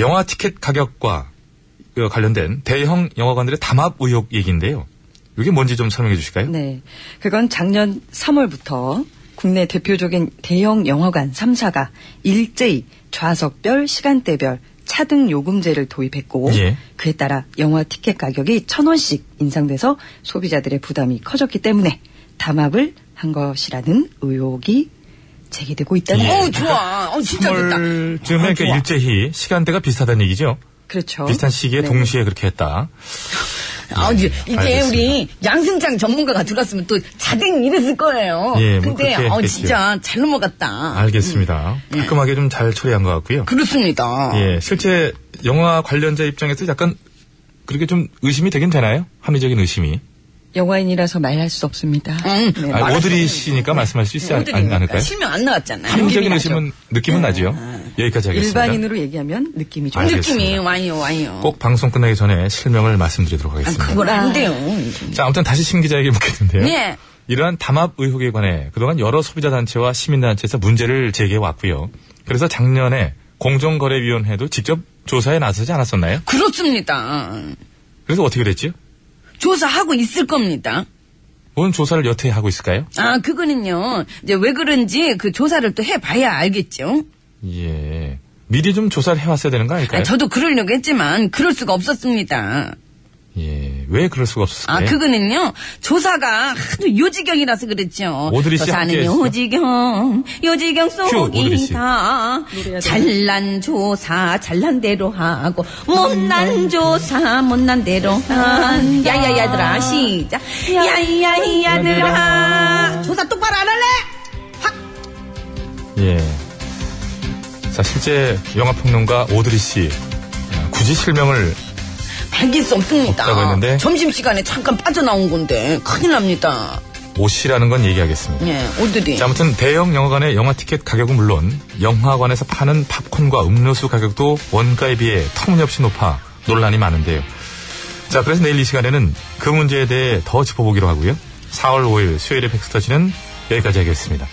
[SPEAKER 1] 영화 티켓 가격과 그 관련된 대형 영화관들의 담합 의혹 얘기인데요. 이게 뭔지 좀 설명해 주실까요?
[SPEAKER 14] 네. 그건 작년 3월부터 국내 대표적인 대형 영화관 3사가 일제히 좌석별, 시간대별 차등 요금제를 도입했고
[SPEAKER 2] 네.
[SPEAKER 1] 예.
[SPEAKER 14] 그에 따라 영화 티켓 가격이 천 원씩 인상돼서 소비자들의 부담이 커졌기 때문에 담합을 한 것이라는 의혹이 제기되고 있다는
[SPEAKER 1] 예.
[SPEAKER 2] 어 좋아. 어 진짜 됐다. 아,
[SPEAKER 1] 3월쯤에 그러니까 일제히 시간대가 비슷하다는 얘기죠.
[SPEAKER 2] 어?
[SPEAKER 14] 그렇죠.
[SPEAKER 1] 비슷한 시기에
[SPEAKER 14] 네.
[SPEAKER 1] 동시에 그렇게 했다.
[SPEAKER 2] 아 이제 이게
[SPEAKER 1] 알겠습니다.
[SPEAKER 2] 우리 양승장 전문가가 들었으면 또 자댕 이랬을 거예요.
[SPEAKER 1] 예, 뭐 그렇게
[SPEAKER 2] 근데
[SPEAKER 1] 했겠죠.
[SPEAKER 2] 어
[SPEAKER 1] 아.
[SPEAKER 2] 진짜 잘 넘어갔다.
[SPEAKER 1] 알겠습니다.
[SPEAKER 2] 음.
[SPEAKER 1] 깔끔하게 좀 잘 처리한 것 같고요.
[SPEAKER 2] 그렇습니다.
[SPEAKER 1] 예, 실제 영화 관련자 입장에서 약간 그렇게 좀 의심이 되긴 되나요? 합리적인 의심이.
[SPEAKER 14] 영화인이라서 말할 수 없습니다.
[SPEAKER 2] 음.
[SPEAKER 14] 네.
[SPEAKER 1] 아, 오드리 씨니까 말씀할 수 있지 않,
[SPEAKER 2] 오드리니까.
[SPEAKER 1] 을까요
[SPEAKER 2] 실명 안 나왔잖아요.
[SPEAKER 1] 합리적인
[SPEAKER 2] 느낌이
[SPEAKER 1] 의심은 느낌은 나죠. 여기까지 하겠습니다.
[SPEAKER 14] 일반인으로 얘기하면 느낌이 좀
[SPEAKER 2] 나죠.
[SPEAKER 1] 알겠습니다.
[SPEAKER 2] 느낌이 와요 와요.
[SPEAKER 1] 꼭 방송 끝나기 전에 실명을 말씀드리도록
[SPEAKER 2] 아,
[SPEAKER 1] 하겠습니다.
[SPEAKER 2] 그걸 안 돼요.
[SPEAKER 1] 자, 아무튼 다시 심 기자에게 묻겠는데요.
[SPEAKER 2] 예.
[SPEAKER 1] 이러한 담합 의혹에 관해 그동안 여러 소비자 단체와 시민 단체에서 문제를 제기해 왔고요. 그래서 작년에 공정거래위원회도 직접 조사에 나서지 않았었나요?
[SPEAKER 2] 그렇습니다.
[SPEAKER 1] 그래서 어떻게 됐지요?
[SPEAKER 2] 조사하고 있을 겁니다.
[SPEAKER 1] 뭔 조사를 여태 하고 있을까요?
[SPEAKER 2] 아, 그거는요. 이제 왜 그런지 그 조사를 또 해봐야 알겠죠.
[SPEAKER 1] 예. 미리 좀 조사를 해왔어야 되는 거 아닐까요?
[SPEAKER 2] 아, 저도 그러려고 했지만 그럴 수가 없었습니다.
[SPEAKER 1] 예. 왜 그럴 수가 없었을까요?
[SPEAKER 2] 아, 그거는요. 조사가 하도 요지경이라서 그랬죠.
[SPEAKER 1] 오드리 씨
[SPEAKER 2] 조사는
[SPEAKER 1] 함께 했어?
[SPEAKER 2] 요지경, 요지경
[SPEAKER 1] 오드리 씨.
[SPEAKER 2] 속이다. 잘난 조사, 잘난 대로 하고 못난 조사, 못난 대로 한. 야야야들아, 시작. 야야야들아, 조사 똑바로 안 할래?
[SPEAKER 1] 예. 자, 실제 영화평론가 오드리 씨. 아, 굳이 실명을
[SPEAKER 4] 밝힐 수
[SPEAKER 1] 없다고
[SPEAKER 4] 없습니다.
[SPEAKER 1] 했는데?
[SPEAKER 4] 점심시간에 잠깐 빠져나온 건데 큰일 납니다.
[SPEAKER 1] 오 씨라는 건 얘기하겠습니다.
[SPEAKER 4] 예, 오드리.
[SPEAKER 1] 자, 아무튼 대형 영화관의 영화 티켓 가격은 물론 영화관에서 파는 팝콘과 음료수 가격도 원가에 비해 터무니없이 높아 논란이 많은데요. 자, 그래서 내일 이 시간에는 그 문제에 대해 더 짚어보기로 하고요. 4월 5일 수요일의 백스터지는 여기까지 하겠습니다.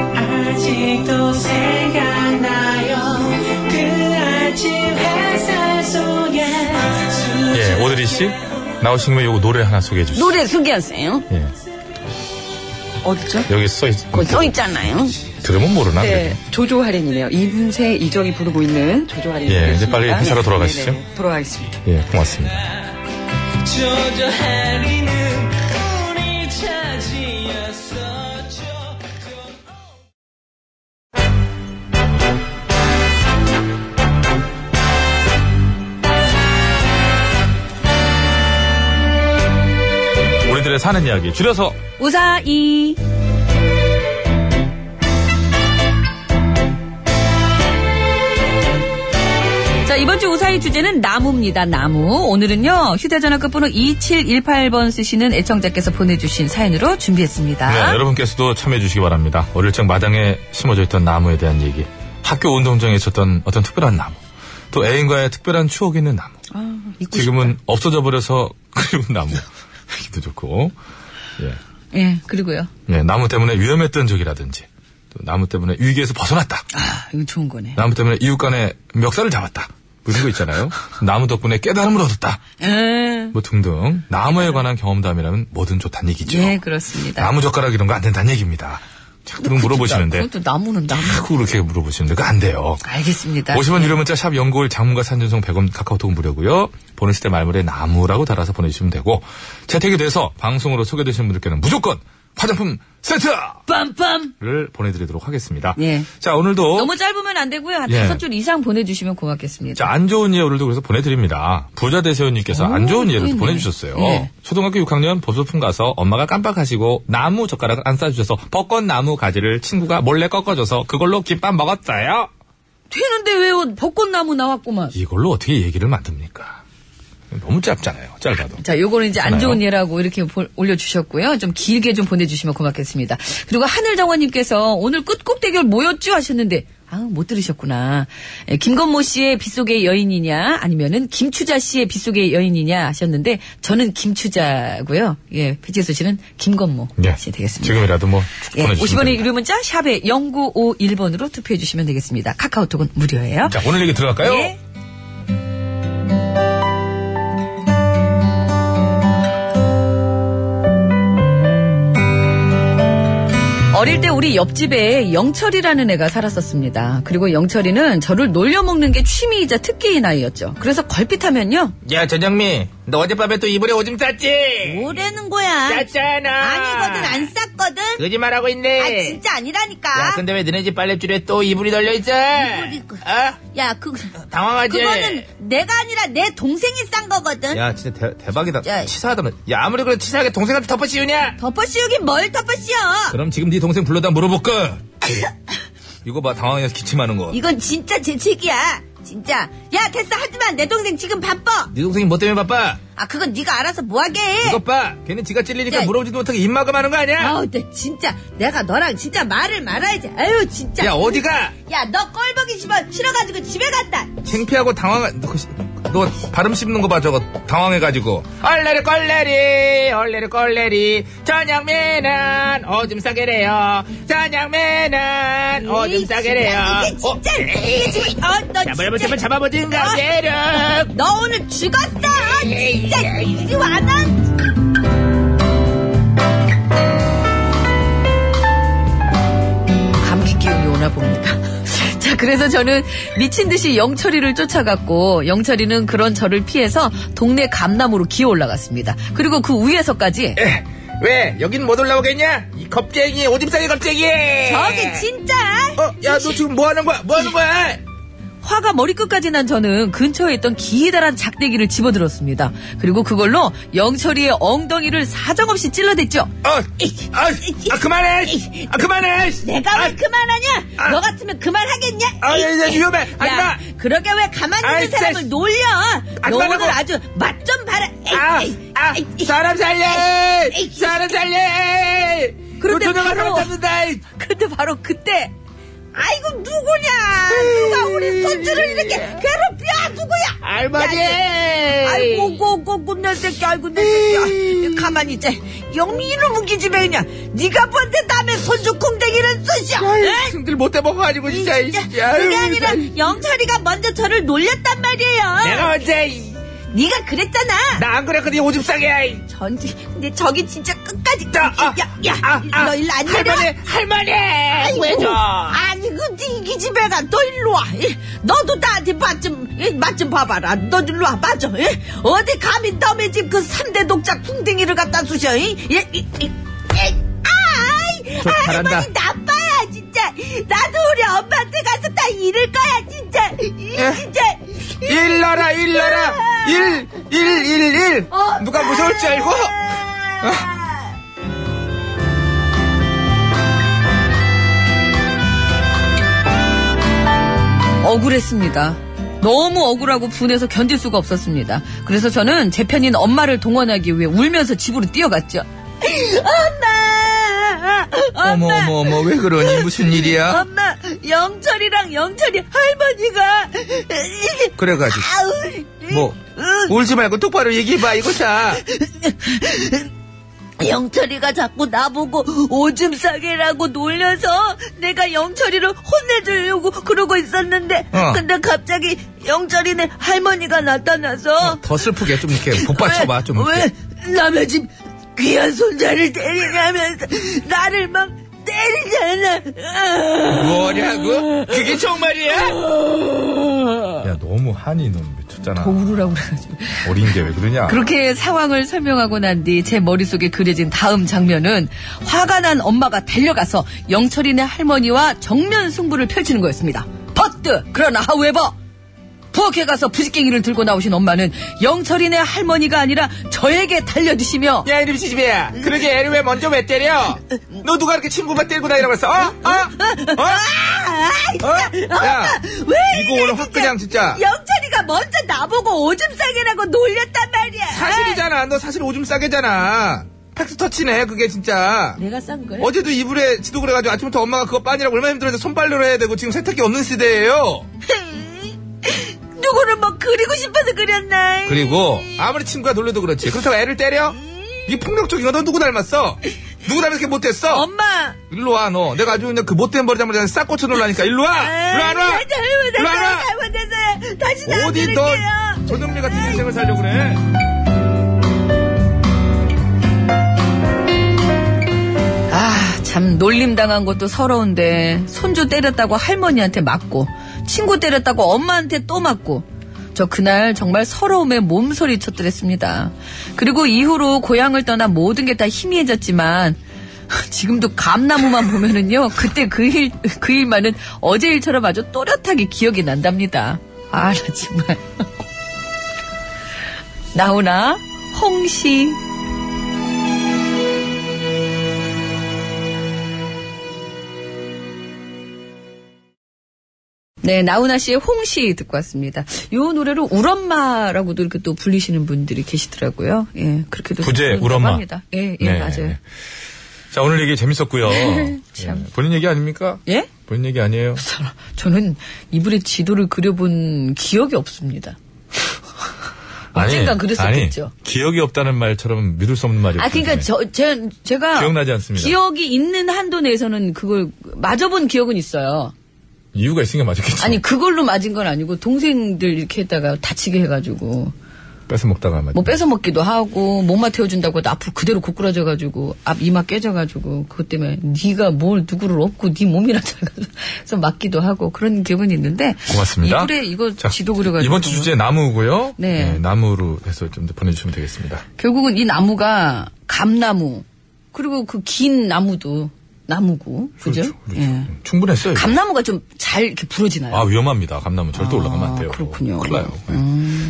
[SPEAKER 15] 아직도 생각나요 그 아침 햇살 속에
[SPEAKER 1] 예, 오드리 씨 나오신 김에 요거 노래 하나 소개해 주시죠.
[SPEAKER 4] 노래 소개하세요.
[SPEAKER 1] 예,
[SPEAKER 14] 어디죠?
[SPEAKER 1] 여기 써 있.
[SPEAKER 4] 거기 써 있잖아요.
[SPEAKER 1] 들으면 모르나.
[SPEAKER 14] 네,
[SPEAKER 1] 네.
[SPEAKER 14] 조조 할인이네요. 이문세 이적이 부르고 있는 조조 할인.
[SPEAKER 1] 예, 이제 빨리 회사로 돌아가시죠.
[SPEAKER 14] 네, 돌아가겠습니다.
[SPEAKER 1] 예, 고맙습니다.
[SPEAKER 15] 조조 해리는 우리 차지였었죠
[SPEAKER 1] 우리들의 사는 이야기 줄여서
[SPEAKER 2] 우사이. 자, 이번 주 우사의 주제는 나무입니다, 나무. 오늘은요, 휴대전화 끝번호 2718번 쓰시는 애청자께서 보내주신 사연으로 준비했습니다.
[SPEAKER 1] 네, 여러분께서도 참여해 주시기 바랍니다. 어릴 적 마당에 심어져 있던 나무에 대한 얘기, 학교 운동장에 있었던 어떤 특별한 나무, 또 애인과의 특별한 추억이 있는 나무.
[SPEAKER 2] 아, 잊고
[SPEAKER 1] 지금은 없어져 버려서 그리운 나무. 기도 좋고. 예.
[SPEAKER 2] 싶- 예, 그리고요.
[SPEAKER 1] 예, 나무 때문에 위험했던 적이라든지, 또 나무 때문에 위기에서 벗어났다.
[SPEAKER 2] 아, 이거 좋은 거네.
[SPEAKER 1] 나무 때문에 이웃 간에 멱살을 잡았다. 이런 거 있잖아요. 나무 덕분에 깨달음을 얻었다.
[SPEAKER 2] 예,
[SPEAKER 1] 뭐 등등. 나무에 관한 경험담이라면 뭐든 좋다는 얘기죠.
[SPEAKER 2] 예, 그렇습니다.
[SPEAKER 1] 나무 젓가락 이런 거 안 된다는 얘기입니다. 자꾸 물어보시는데.
[SPEAKER 2] 뭐 그것도 나무는 나무.
[SPEAKER 1] 자꾸 그렇게 물어보시는데 그거 안 돼요.
[SPEAKER 2] 알겠습니다.
[SPEAKER 1] 50원 유료 문자 샵 연골 장문과 산전송 100원 카카오톡 무료고요. 보내실 때 말물에 나무라고 달아서 보내주시면 되고 채택이 돼서 방송으로 소개되시는 분들께는 무조건 화장품 세트를
[SPEAKER 2] 빰빰!
[SPEAKER 1] 보내드리도록 하겠습니다.
[SPEAKER 2] 예.
[SPEAKER 1] 자 오늘도
[SPEAKER 2] 너무 짧으면 안 되고요. 한
[SPEAKER 1] 어? 예.
[SPEAKER 2] 다섯 줄 이상 보내주시면 고맙겠습니다.
[SPEAKER 1] 자, 안 좋은 예 오늘도 그래서 보내드립니다. 부자 대세원님께서 안 좋은 예를 또
[SPEAKER 2] 그러네.
[SPEAKER 1] 보내주셨어요.
[SPEAKER 2] 예.
[SPEAKER 1] 초등학교 6학년 보소품 가서 엄마가 깜빡하시고 나무 젓가락을 안 싸주셔서 벚꽃나무 가지를 친구가 몰래 꺾어줘서 그걸로 김밥 먹었어요.
[SPEAKER 2] 튀는데 왜 어, 벚꽃나무 나왔구만.
[SPEAKER 1] 이걸로 어떻게 얘기를 만듭니까? 너무 짧잖아요. 짧아도.
[SPEAKER 2] 자, 요거는 이제 안
[SPEAKER 1] 하나요?
[SPEAKER 2] 좋은 예라고 이렇게 보- 올려주셨고요. 좀 길게 좀 보내주시면 고맙겠습니다. 그리고 하늘정원님께서 오늘 끝곡 대결 뭐였죠? 하셨는데, 아, 못 들으셨구나. 예, 김건모 씨의 빗속의 여인이냐, 아니면은 김추자 씨의 빗속의 여인이냐 하셨는데, 저는 김추자고요. 예, 배지수 씨는 김건모
[SPEAKER 15] 네.
[SPEAKER 1] 예.
[SPEAKER 2] 씨 되겠습니다.
[SPEAKER 1] 지금이라도 뭐
[SPEAKER 2] 예,
[SPEAKER 1] 보내주시면
[SPEAKER 2] 50원의
[SPEAKER 1] 됩니다.
[SPEAKER 2] 유료 문자 샵에 0951번으로 투표해 주시면 되겠습니다. 카카오톡은 무료예요.
[SPEAKER 1] 자, 오늘 얘기 들어갈까요?
[SPEAKER 2] 예. 어릴 때 우리 옆집에 영철이라는 애가 살았었습니다. 그리고 영철이는 저를 놀려먹는 게 취미이자 특기인 아이였죠. 그래서 걸핏하면요.
[SPEAKER 16] 야, 전영미, 너 어젯밤에 또 이불에 오줌 쌌지?
[SPEAKER 15] 뭐라는 거야
[SPEAKER 16] 쌌잖아.
[SPEAKER 15] 아니거든 안 쌌거든
[SPEAKER 16] 거짓말하고 있네.
[SPEAKER 15] 아 진짜 아니라니까
[SPEAKER 16] 야, 근데 왜 너네 집 빨래줄에 또 이불이 널려 있어?
[SPEAKER 15] 이불이 그-
[SPEAKER 16] 아,
[SPEAKER 15] 야, 그,
[SPEAKER 16] 당황하지.
[SPEAKER 15] 그거는 내가 아니라 내 동생이 싼 거거든.
[SPEAKER 16] 야, 진짜 대, 대박이다.
[SPEAKER 15] 야.
[SPEAKER 16] 치사하다만. 야, 아무리 그래도 치사하게 동생한테 덮어 씌우냐?
[SPEAKER 15] 덮어 씌우긴 뭘 덮어 씌워!
[SPEAKER 1] 그럼 지금 네 동생 불러다 물어볼까? 이거 봐, 당황해서 기침하는 거.
[SPEAKER 15] 이건 진짜 제 책이야. 진짜. 야, 됐어. 하지만 내 동생 지금 바빠.
[SPEAKER 16] 네 동생이 뭐 때문에 바빠?
[SPEAKER 15] 아, 그건 네가 알아서 뭐하게 해.
[SPEAKER 16] 이것 봐. 걔는 지가
[SPEAKER 15] 야.
[SPEAKER 16] 찔리니까 물어보지도 못하게 입막음 하는 거 아니야?
[SPEAKER 15] 아우, 내 진짜. 내가 너랑 진짜 말을 말아야지. 아유, 진짜.
[SPEAKER 16] 야, 어디가?
[SPEAKER 15] 야, 너 꼴보기 싫어, 싫어가지고 집에 갔다.
[SPEAKER 16] 창피하고 당황한 너, 그 혹시- 너 발음 씹는 거 봐 저거 당황해가지고 얼레리 꼴레리 얼레리 꼴레리 저녁매는 오줌 싸게래요 저녁매는 오줌 어, 싸게래요 어? 뭐,
[SPEAKER 15] 이게 진짜. 이게 지금, 어, 너
[SPEAKER 16] 잡아보자면
[SPEAKER 15] 진짜.
[SPEAKER 16] 잡아보든가
[SPEAKER 15] 어.
[SPEAKER 16] 얘를
[SPEAKER 15] 너 오늘 죽었어. 진짜. 이리 와, 난.
[SPEAKER 2] 감기 기운이 오나 봅니다. 자, 그래서 저는 미친 듯이 영철이를 쫓아갔고, 영철이는 그런 저를 피해서 동네 감나무로 기어 올라갔습니다. 그리고 그 위에서까지,
[SPEAKER 16] 에, 네. 왜 여긴 못 올라오겠냐 이 겁쟁이 오줌 싸게 겁쟁이
[SPEAKER 15] 저기 진짜
[SPEAKER 16] 어, 야, 너 지금 뭐 하는 거야? 뭐 하는 거야?
[SPEAKER 2] 화가 머리끝까지 난 저는 근처에 있던 기다란 작대기를 집어들었습니다. 그리고 그걸로 영철이의 엉덩이를 사정없이 찔러댔죠.
[SPEAKER 1] 아, 아, 아, 그만해! 아, 그만해!
[SPEAKER 6] 내가 왜
[SPEAKER 1] 아,
[SPEAKER 6] 그만하냐?
[SPEAKER 1] 아.
[SPEAKER 6] 너 같으면 그만하겠냐?
[SPEAKER 1] 아,
[SPEAKER 6] 이-
[SPEAKER 1] 야, 야, 위험해! 안
[SPEAKER 6] 야,
[SPEAKER 1] 가!
[SPEAKER 6] 그러게 왜 가만히
[SPEAKER 1] 아이,
[SPEAKER 6] 있는 사람을
[SPEAKER 1] 쎄.
[SPEAKER 6] 놀려?
[SPEAKER 1] 아,
[SPEAKER 6] 너
[SPEAKER 1] 그만하고.
[SPEAKER 6] 오늘 아주 맛 좀 봐라. 에이,
[SPEAKER 1] 아,
[SPEAKER 6] 에이,
[SPEAKER 1] 아,
[SPEAKER 6] 에이, 에이.
[SPEAKER 1] 사람 살려!
[SPEAKER 6] 에이,
[SPEAKER 1] 사람 살려!
[SPEAKER 2] 그런데
[SPEAKER 1] 노초조가
[SPEAKER 2] 바로-
[SPEAKER 1] 사람 잡는다! 이.
[SPEAKER 2] 근데 바로 그때
[SPEAKER 6] 아이고 누구냐? 누가 우리 손주를 이렇게 괴롭혀? 아, 누구야?
[SPEAKER 1] 알바지!
[SPEAKER 6] 아이고 고고고 내 새끼 아이고 내 새끼야 가만히 있자 영미 이놈의 기집애 그냥 네가 뭔데 남의 손주 콩댕이를 쑤셔
[SPEAKER 1] 아이, 승들 못해 먹어가지고, 진짜, 이, 진짜. 아유,
[SPEAKER 6] 그게 아니라 영철이가 먼저 저를 놀렸단 말이에요
[SPEAKER 1] 내가 언제, 이,
[SPEAKER 6] 네가 그랬잖아
[SPEAKER 1] 나안 그랬거든, 이 오줌 싸게! 이.
[SPEAKER 6] 전지 근데 저기 진짜 끝까지
[SPEAKER 1] 자, 아, 아, 아,
[SPEAKER 6] 야야너 일로 안 내려와
[SPEAKER 1] 할머니, 할머니! 왜 줘?
[SPEAKER 6] 아니 그이 기집애가 너 일로 와 이. 너도 나한테 맛좀맛좀 봐봐라 너 일로 와 맞아 이. 어디 감히 남의 집 그 삼대 독자 궁댕이를 갖다 주셔 이. 이, 이, 이, 이. 아이
[SPEAKER 1] 저 잘한다.
[SPEAKER 6] 할머니 나빠야 진짜 나도 우리 엄마한테 가서 다 잃을 거야 진짜 이, 진짜
[SPEAKER 1] 예?
[SPEAKER 6] 아.
[SPEAKER 1] 일러라, 일러라! 일, 일, 일, 일!
[SPEAKER 6] 어.
[SPEAKER 1] 누가 무서울 줄 알고?
[SPEAKER 2] 억울했습니다. 너무 억울하고 분해서 견딜 수가 없었습니다. 그래서 저는 제 편인 엄마를 동원하기 위해 울면서 집으로 뛰어갔죠.
[SPEAKER 6] 엄마
[SPEAKER 1] 어머, 음. 어머, 어머, 왜 그러니? 무슨 일이야?
[SPEAKER 6] 엄마 영철이랑 영철이 할머니가
[SPEAKER 1] 그래가지고.
[SPEAKER 6] 아우
[SPEAKER 1] 뭐, 울지 말고 똑바로 얘기해봐, 이거 자.
[SPEAKER 6] 영철이가 자꾸 나보고 오줌 싸개라고 놀려서 내가 영철이를 혼내주려고 그러고 있었는데
[SPEAKER 1] 어.
[SPEAKER 6] 근데 갑자기 영철이네 할머니가 나타나서
[SPEAKER 1] 더 슬프게 좀 이렇게 복받쳐봐, 좀 이렇게.
[SPEAKER 6] 왜 남의 집 귀한 손자를 때리냐면서 나를 막 때리잖아
[SPEAKER 1] 뭐냐고? 그게 정말이야?
[SPEAKER 4] 야, 너무 한이 너무 미쳤잖아.
[SPEAKER 2] 더 울으라고 그래가지고.
[SPEAKER 4] 어린 게 왜 그러냐?
[SPEAKER 2] 그렇게 상황을 설명하고 난 뒤 제 머릿속에 그려진 다음 장면은 화가 난 엄마가 달려가서 영철이네 할머니와 정면 승부를 펼치는 거였습니다. 버트! 그러나 하웨버! 부엌에 가서 부지깽이를 들고 나오신 엄마는 영철이네 할머니가 아니라 저에게 달려드시며
[SPEAKER 1] 야, 이놈 시집애야. 그러게 애를 왜 먼저 왜 때려? 너 누가 이렇게 친구만 때리고 다니라고 그랬어? 어? 어? 어? 어? 야, 이거 오늘 확 그냥 진짜.
[SPEAKER 6] 영철이가 먼저 나보고 오줌 싸개라고 놀렸단 말이야
[SPEAKER 1] 사실이잖아. 너 사실 오줌 싸개잖아. 팩스 터치네, 그게 진짜.
[SPEAKER 2] 내가 싼 거야?
[SPEAKER 1] 어제도 이불에 지도 그래가지고 아침부터 엄마가 그거 빠니라고 얼마나 힘들어서 손발로 해야 되고 지금 세탁기 없는 시대예요.
[SPEAKER 6] 누구를 뭐 그리고 싶어서 그렸나
[SPEAKER 1] 그리고 아무리 친구가 놀려도 그렇지. 그렇다고 애를 때려? 이게 폭력적인 거너 누구 닮았어? 누구 닮아서 이렇게 못됐어?
[SPEAKER 6] 엄마
[SPEAKER 1] 일로 와, 너. 내가 아주 그냥 그 못된 버리 잘못해서 싹 꽂혀 놀라니까. 일로 와!
[SPEAKER 2] 아,
[SPEAKER 1] 일로 와, 일로 와! 일로 와!
[SPEAKER 6] 아, 잘못했어요 다시
[SPEAKER 1] 일로 와! 어디 너 전영미 같은 인생을 살려고 그래?
[SPEAKER 2] 아, 참 놀림당한 것도 서러운데 손주 때렸다고 할머니한테 맞고 친구 때렸다고 엄마한테 또 맞고 저 그날 정말 서러움에 몸서리 쳤더랬습니다. 그리고 이후로 고향을 떠나 모든 게 다 희미해졌지만 지금도 감나무만 보면은요 그때 그 일 그 일만은 어제 일처럼 아주 또렷하게 기억이 난답니다. 아, 나 정말 나훈아 홍시 네, 나훈아 씨의 홍시 듣고 왔습니다. 요 노래로 울엄마라고도 이렇게 또 불리시는 분들이 계시더라고요. 예, 그렇게도
[SPEAKER 4] 부제,
[SPEAKER 2] 부른다고
[SPEAKER 4] 울엄마.
[SPEAKER 2] 합니다. 예, 예,
[SPEAKER 4] 네.
[SPEAKER 2] 맞아요.
[SPEAKER 4] 자, 오늘 얘기 재밌었고요.
[SPEAKER 2] 참.
[SPEAKER 4] 예, 본인 얘기 아닙니까?
[SPEAKER 2] 예?
[SPEAKER 4] 본인 얘기 아니에요.
[SPEAKER 2] 사람, 저는 이불의 지도를 그려본 기억이 없습니다. 언젠간 그랬었겠죠.
[SPEAKER 4] 아니, 네. 기억이 없다는 말처럼 믿을 수 없는 말이었요
[SPEAKER 2] 아, 그러니까 저, 제, 제가
[SPEAKER 4] 기억나지 않습니다.
[SPEAKER 2] 기억이 있는 한도 내에서는 그걸 맞아본 기억은 있어요.
[SPEAKER 4] 이유가 있으니까 맞았겠죠.
[SPEAKER 2] 아니 그걸로 맞은 건 아니고 동생들 이렇게 했다가 다치게 해가지고
[SPEAKER 4] 뺏어 먹다가 맞.
[SPEAKER 2] 뭐 뺏어 먹기도 하고 목마 태워준다고 해도 앞으로 그대로 고꾸라져가지고 앞 이마 깨져가지고 그것 때문에 네가 뭘 누구를 업고 네 몸이나 잘가서 맞기도 하고 그런 기억은 있는데
[SPEAKER 4] 고맙습니다.
[SPEAKER 2] 이불에 이거
[SPEAKER 4] 자,
[SPEAKER 2] 지도 그려가지고
[SPEAKER 4] 이번 주 주제 나무고요.
[SPEAKER 2] 네.
[SPEAKER 4] 나무로 해서 좀 더 보내주시면 되겠습니다.
[SPEAKER 2] 결국은 이 나무가 감나무 그리고 그 긴 나무도 나무고 그죠?
[SPEAKER 4] 그렇죠, 네.
[SPEAKER 2] 예.
[SPEAKER 4] 음, 충분했어요. 이거.
[SPEAKER 2] 감나무가 좀 잘 이렇게 부러지나요?
[SPEAKER 4] 아 위험합니다. 감나무 절대
[SPEAKER 2] 아,
[SPEAKER 4] 올라가면 안 돼요.
[SPEAKER 2] 그렇군요. 음.
[SPEAKER 4] 큰일 나요.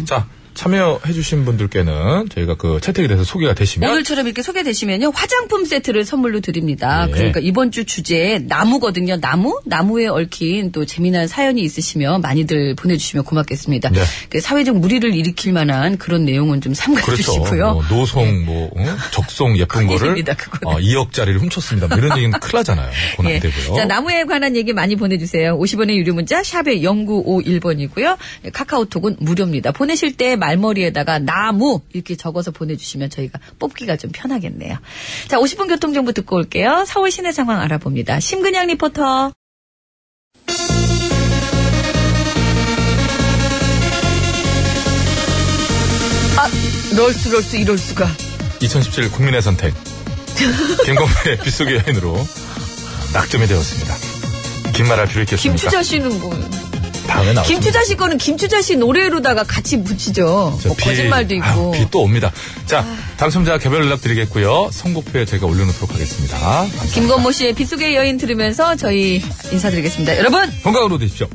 [SPEAKER 4] 예. 자 참여해주신 분들께는 저희가 그 채택이 돼서 소개가 되시면
[SPEAKER 2] 오늘처럼 이렇게 소개되시면요 화장품 세트를 선물로 드립니다.
[SPEAKER 4] 예.
[SPEAKER 2] 그러니까 이번 주 주제 나무거든요. 나무 나무에 얽힌 또 재미난 사연이 있으시면 많이들 보내주시면 고맙겠습니다.
[SPEAKER 4] 네.
[SPEAKER 2] 그 사회적 무리를 일으킬 만한 그런 내용은 좀 삼가
[SPEAKER 4] 그렇죠.
[SPEAKER 2] 주시고요.
[SPEAKER 4] 뭐 노송, 뭐 응? 적송 예쁜 거를
[SPEAKER 2] 큰일입니다, 그거는.
[SPEAKER 4] 어, 2억짜리를 훔쳤습니다. 뭐 이런 얘기는 큰일 나잖아요. 그건
[SPEAKER 2] 예.
[SPEAKER 4] 안 되고요.
[SPEAKER 2] 자, 나무에 관한 얘기 많이 보내주세요. 50원의 유료 문자, 샵의 0951번이고요. 카카오톡은 무료입니다. 보내실 때 말머리에다가 나무 이렇게 적어서 보내주시면 저희가 뽑기가 좀 편하겠네요. 자, 50분 교통정보 듣고 올게요. 서울 시내 상황 알아봅니다. 심근양 리포터. 아, 럴수, 럴수, 이럴 수가.
[SPEAKER 4] 2017 국민의 선택. 김건모의 빗속의 여인으로 낙점이 되었습니다. 긴 말할 필요 있겠습니까?
[SPEAKER 2] 김추자 씨는 뭐.
[SPEAKER 4] 다음에 나오십니
[SPEAKER 2] 김추자 씨 거는 김추자 씨 노래로다가 같이 붙이죠. 뭐 거짓말도 있고.
[SPEAKER 4] 비또 옵니다. 자, 당첨자 개별 연락 드리겠고요. 선곡표에 저희가 올려놓도록 하겠습니다.
[SPEAKER 2] 김건모 씨의 빗속의 여인 들으면서 저희 인사드리겠습니다. 여러분!
[SPEAKER 4] 건강으로 되십시오.